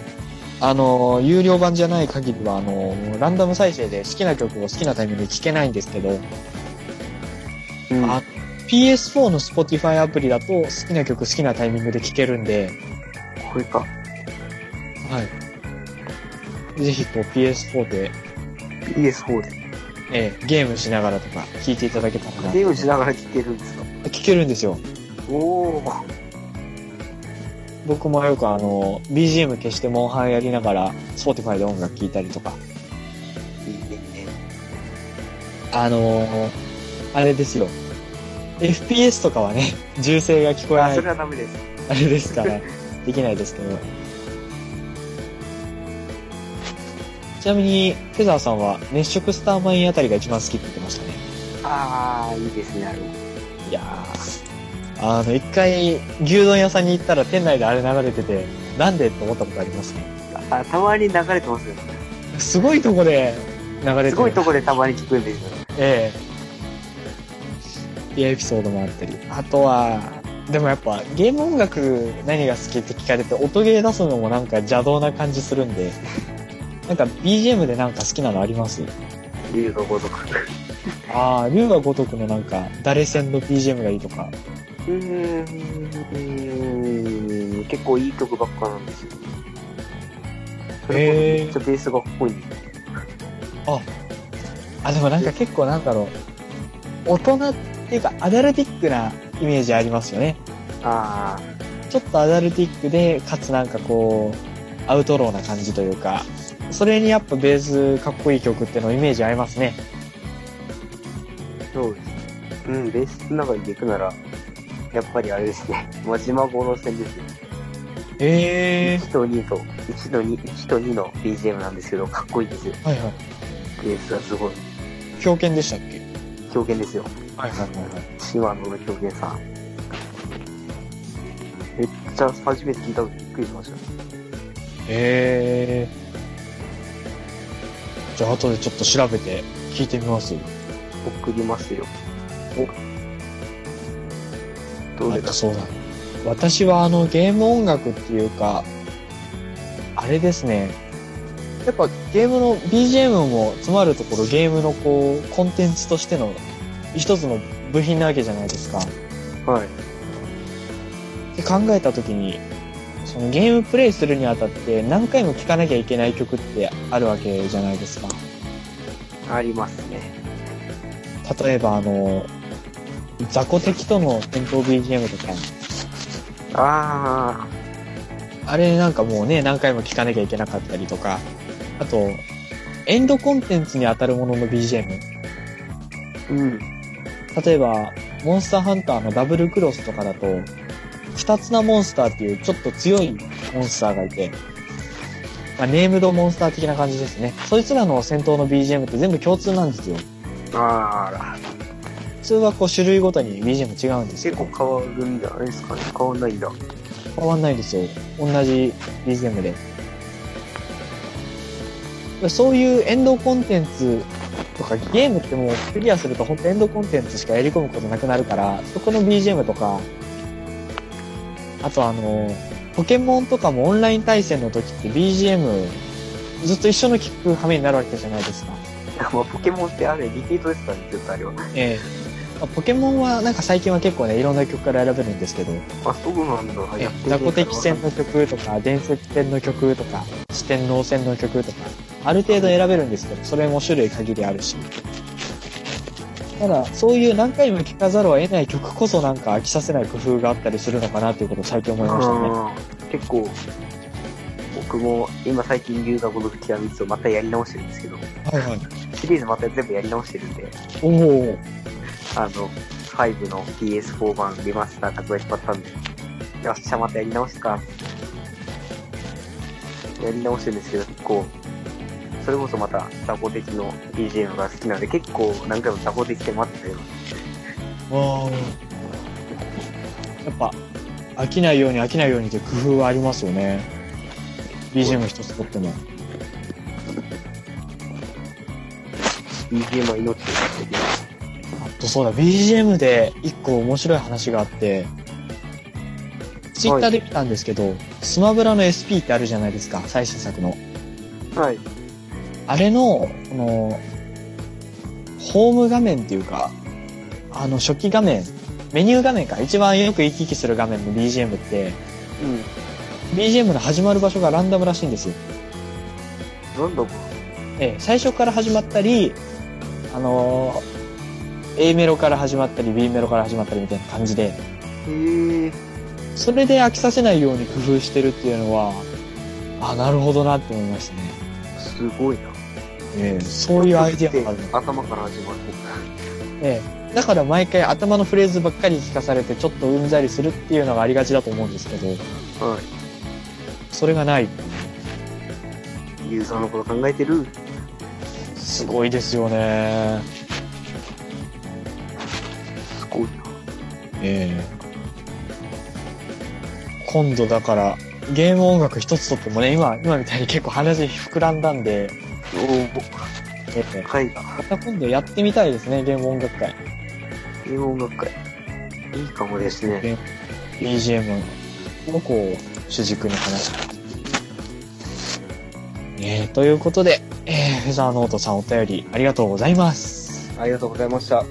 Speaker 2: あの、有料版じゃない限りは、あの、ランダム再生で好きな曲を好きなタイミングで聴けないんですけど、
Speaker 3: うん。
Speaker 2: あ PS4 の Spotify アプリだと好きな曲好きなタイミングで聴けるんで、
Speaker 3: これか。
Speaker 2: はい。ぜひ、こう PS4 で、
Speaker 3: PS4 で。
Speaker 2: えーゲームしながらとか聴いていただけたらな。
Speaker 3: ゲームしながら聴けるんですか
Speaker 2: 聴けるんですよ。
Speaker 3: おお。は
Speaker 2: 僕もよくあの、BGM 消してモンハンやりながら、Spotify で音楽聴いたりとか。あのー、あれですよ。FPS とかはね、 *laughs* 銃声が聞こえない
Speaker 3: それはダメです。
Speaker 2: あれです
Speaker 3: *laughs*
Speaker 2: から、できないですけど。ちなみに、フェザーさんは熱色スターマインあたりが一番好きって言ってましたね。
Speaker 3: ああ、いいですね、あれも。
Speaker 2: いやー。あの、一回、牛丼屋さんに行ったら店内であれ流れてて、なんでって思ったことありますね。
Speaker 3: あ、たまに流れてますよ。
Speaker 2: すごいとこで流れてる
Speaker 3: すごいとこでたまに聞くんですよ。
Speaker 2: ええいやエピソードもあったりあとはでもやっぱゲーム音楽何が好きって聞かれて音ゲー出すのもなんか邪道な感じするん *laughs* でなんか BGM でなんか好きなのあります
Speaker 3: 竜のごとく。
Speaker 2: ああ龍が如くのなんか誰戦の BGM がいいとか
Speaker 3: うーん、結構いい曲ばっかなんですよ。それ
Speaker 2: へー
Speaker 3: こそめっちゃベースが濃いんで。
Speaker 2: あでもなんか結構なんだろう大人っていうかアダルティックなイメージありますよね
Speaker 3: あ
Speaker 2: ちょっとアダルティックで、かつなんかこう、アウトローな感じというか、それにやっぱベースかっこいい曲ってのイメージ合いますね。
Speaker 3: あ、そうです。うん、ベースつながりでいくなら、やっぱりあれですね。真島五郎戦ですよ。
Speaker 2: へ
Speaker 3: 1と2と、1と2、1と2の BGM なんですけど、かっこいいですよ。
Speaker 2: ー。はいはい。
Speaker 3: ベースがすごい。
Speaker 2: 狂犬でしたっけ
Speaker 3: 狂言ですよ。
Speaker 2: はいはいはいはい。
Speaker 3: 島野の狂言さん。めっちゃ初めて聞いた時びっくりしました。
Speaker 2: へー。じゃあ後でちょっと調べて聞いてみます。
Speaker 3: 送りますよ。おどう
Speaker 2: あ
Speaker 3: ですか
Speaker 2: そうだ。私はあのゲーム音楽っていうか、あれですね。やっぱゲームの BGM も詰まるところゲームのこうコンテンツとしての一つの部品なわけじゃないですか。
Speaker 3: はい。
Speaker 2: で考えた時に、そのゲームプレイするにあたって何回も聴かなきゃいけない曲ってあるわけじゃないですか。
Speaker 3: ありますね。
Speaker 2: 例えばあの、雑魚敵との戦闘 BGM とか、
Speaker 3: あ
Speaker 2: あれなんかもうね、何回も聞かなきゃいけなかったりとか、あと、エンドコンテンツに当たるものの BGM。
Speaker 3: あ、うん。
Speaker 2: 例えば、モンスターハンターのダブルクロスとかだと、二つなモンスターっていうちょっと強いモンスターがいて、まあ、ネームドモンスター的な感じですね。そいつらの戦闘の BGM って全部共通なんですよ。
Speaker 3: あら。
Speaker 2: 普通はこう種類ごとに BGM 違うんですけ
Speaker 3: 結
Speaker 2: ど
Speaker 3: 構、変わるんじゃないですかね。変わんないん *laughs* だ。
Speaker 2: 変わんないんですよ。同じ BGM で。そういうエンドコンテンツとか、ゲームってもうクリアすると本当エンドコンテンツしかやり込むことなくなるから、そこの BGM とか、あとあの、ポケモンとかもオンライン対戦の時って BGM ずっと一緒の聞く羽目になるわけじゃないですか。
Speaker 3: まあ、ポケモンってあれ、リピートですからね、ずっとあれは。
Speaker 2: ええまあポケモンはなんか最近は結構ね、いろんな曲から選べるんですけど、
Speaker 3: あ、そうなんだ。
Speaker 2: え
Speaker 3: やってみ
Speaker 2: 雑
Speaker 3: ようかな
Speaker 2: 魚敵戦の曲とか、伝説戦の曲とか、四天王戦の曲とか、ある程度選べるんですけど、それも種類限りあるし。ただ、そういう何回も聴かざるを得ない曲こそなんか飽きさせない工夫があったりするのかなということを最近思いましたね。
Speaker 3: うん結構、僕も今最近龍が如く極みつをまたやり直してるんですけど、
Speaker 2: はいはい。
Speaker 3: シリーズまた全部やり直してるんで、
Speaker 2: おお。
Speaker 3: あの、5の PS4 版リマスター発売引っ張ったんで、よっしゃ、またやり直すか。やり直してるんですけど、結構、それこそまた、ザコ的の BGM が好きなんで、結構何回もザコ的で待ってたよ。
Speaker 2: わあ。やっぱ、飽きないように飽きないようにって工夫はありますよね。BGM 一つとっても。
Speaker 3: BGM は命ですけど、
Speaker 2: あとそうだ、BGM で一個面白い話があって、ツイッターで見たんですけど、スマブラの SP ってあるじゃないですか、最新作の。
Speaker 3: はい。
Speaker 2: あれの、この、ホーム画面っていうか、あの、初期画面、メニュー画面か、一番よく行き来する画面の BGM って、BGM の始まる場所がランダムらしいんですよ。
Speaker 3: うん。なんだこ
Speaker 2: ええ、最初から始まったり、あのー A メロから始まったり、B メロから始まったりみたいな感じで、
Speaker 3: れ。へえ。
Speaker 2: それで飽きさせないように工夫してるっていうのは、あ、なるほどなって思いましたね。
Speaker 3: すごいな。
Speaker 2: ええそういうアイディアがあるの。
Speaker 3: 頭から始まる。
Speaker 2: ええだから毎回頭のフレーズばっかり聞かされて、ちょっとうんざりするっていうのがありがちだと思うんですけど、
Speaker 3: は
Speaker 2: それがない。
Speaker 3: い。ユーザーのこと考えてる。
Speaker 2: すごいですよね。
Speaker 3: すごいな。
Speaker 2: ええ今度だから、ゲーム音楽一つとってもね、今、今みたいに結構話膨らんだんで、
Speaker 3: お
Speaker 2: ええ
Speaker 3: お、会だ。
Speaker 2: また今度やってみたいですね、ゲーム音楽会。
Speaker 3: 英語音楽会。いいかもですね。
Speaker 2: BGM をこう主軸に話ねえということで、えー、フェザーノートさんお便りありがとうございます。
Speaker 3: ありがとうございました。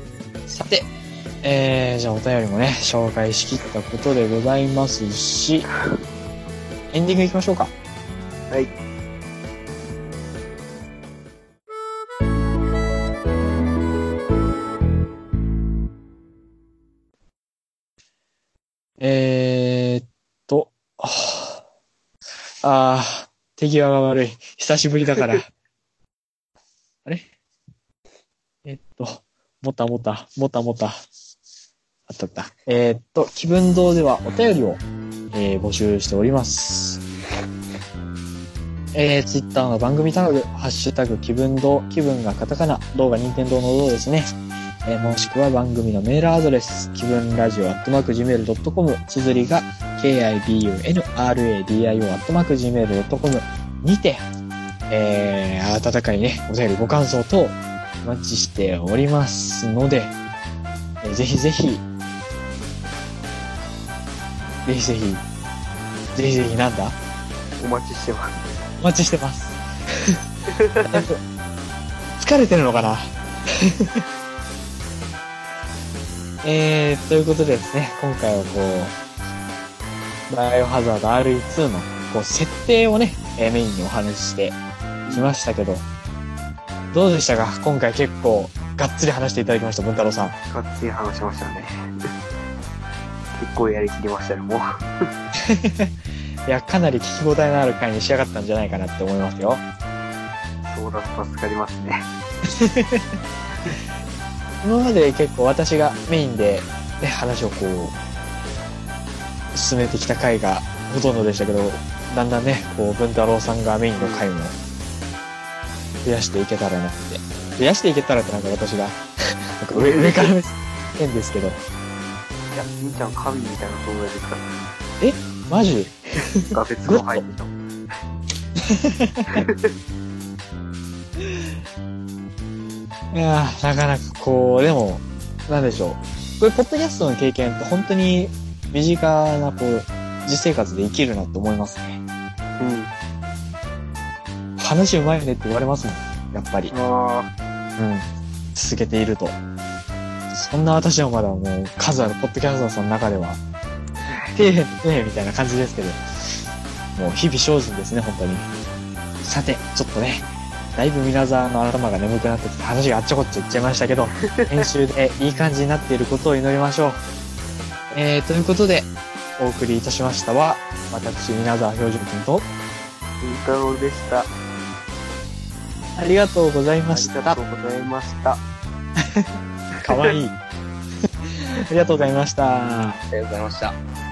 Speaker 2: さて、えー、じゃあお便りもね、紹介しきったことでございますし、エンディングいきましょうか。
Speaker 3: はい。
Speaker 2: えー、っと、はああー、手際が悪い。久しぶりだ
Speaker 3: *laughs*
Speaker 2: から。あれえっと、もたもた、もたもた。あったあった。えー、っと、気分堂ではお便りを、えー募集しております。えー、ツイッターの番組タグ、ハッシュタグ、気分堂、気分がカタカナ、動画、任天堂の動ですね。えーもしくは番組のメールアドレス、気分ラジオアットマーク Gmail.com、つづりが kibunradio アットマーク Gmail.com にて、えー、温かいね、お便りご感想等お待ちしておりますので、えーぜひぜひ、ぜひぜひ、ぜひぜひなんだ
Speaker 3: お待ちしてます。
Speaker 2: お待ちしてます。 *laughs* えっと疲れてるのかな *laughs* えー、ということでですね、今回はこう、バイオハザード RE2 のこう設定をね、えーメインにお話ししてきましたけど、どうでしたか今回結構がっつり話していただきました、文太郎さん。
Speaker 3: がっつり話しましたね。結構やりきりましたね、もう。
Speaker 2: いや、かなり聞き応えのある回に仕上がったんじゃないかなって思いますよ。
Speaker 3: そうだと助かりますね。
Speaker 2: 今まで結構私がメインで、ね、話をこう進めてきた回がほとんどでしたけどだんだんねこう文太郎さんがメインの回も増やしていけたらなって増やしていけたらってなんか私がなんか上上から目線変ですけど
Speaker 3: いや、みーちゃん神みたいな存在ですか
Speaker 2: マジ
Speaker 3: ら。が別の入ってた。
Speaker 2: いやー、なかなかこう、でも、なんでしょう。これ、ポッドキャストの経験って本当に身近な、こう、実生活で生きるなって思いますね。
Speaker 5: うん。
Speaker 2: 話うまいねって言われますもん、やっぱり。
Speaker 5: あ
Speaker 2: うん。続けていると。そんな私はまだもう数あるポッドキャストさんの中では、底辺ねみたいな感じですけど、もう日々精進ですね、本当に。さて、ちょっとね、だいぶ皆さんの頭が眠くなってきて話があっちゃこっちゃいっちゃいました
Speaker 5: *laughs*
Speaker 2: けど、編集でいい感じになっていることを祈りましょう。えー、ということで、お送りいたしましたは、私、皆沢標準君と、
Speaker 5: あ、いい顔でした。あ
Speaker 2: ありがとうございまし
Speaker 5: り
Speaker 2: た
Speaker 5: がと。うございました。 *laughs*
Speaker 2: かわいい。ありがとうございました。
Speaker 3: ありがとうございました。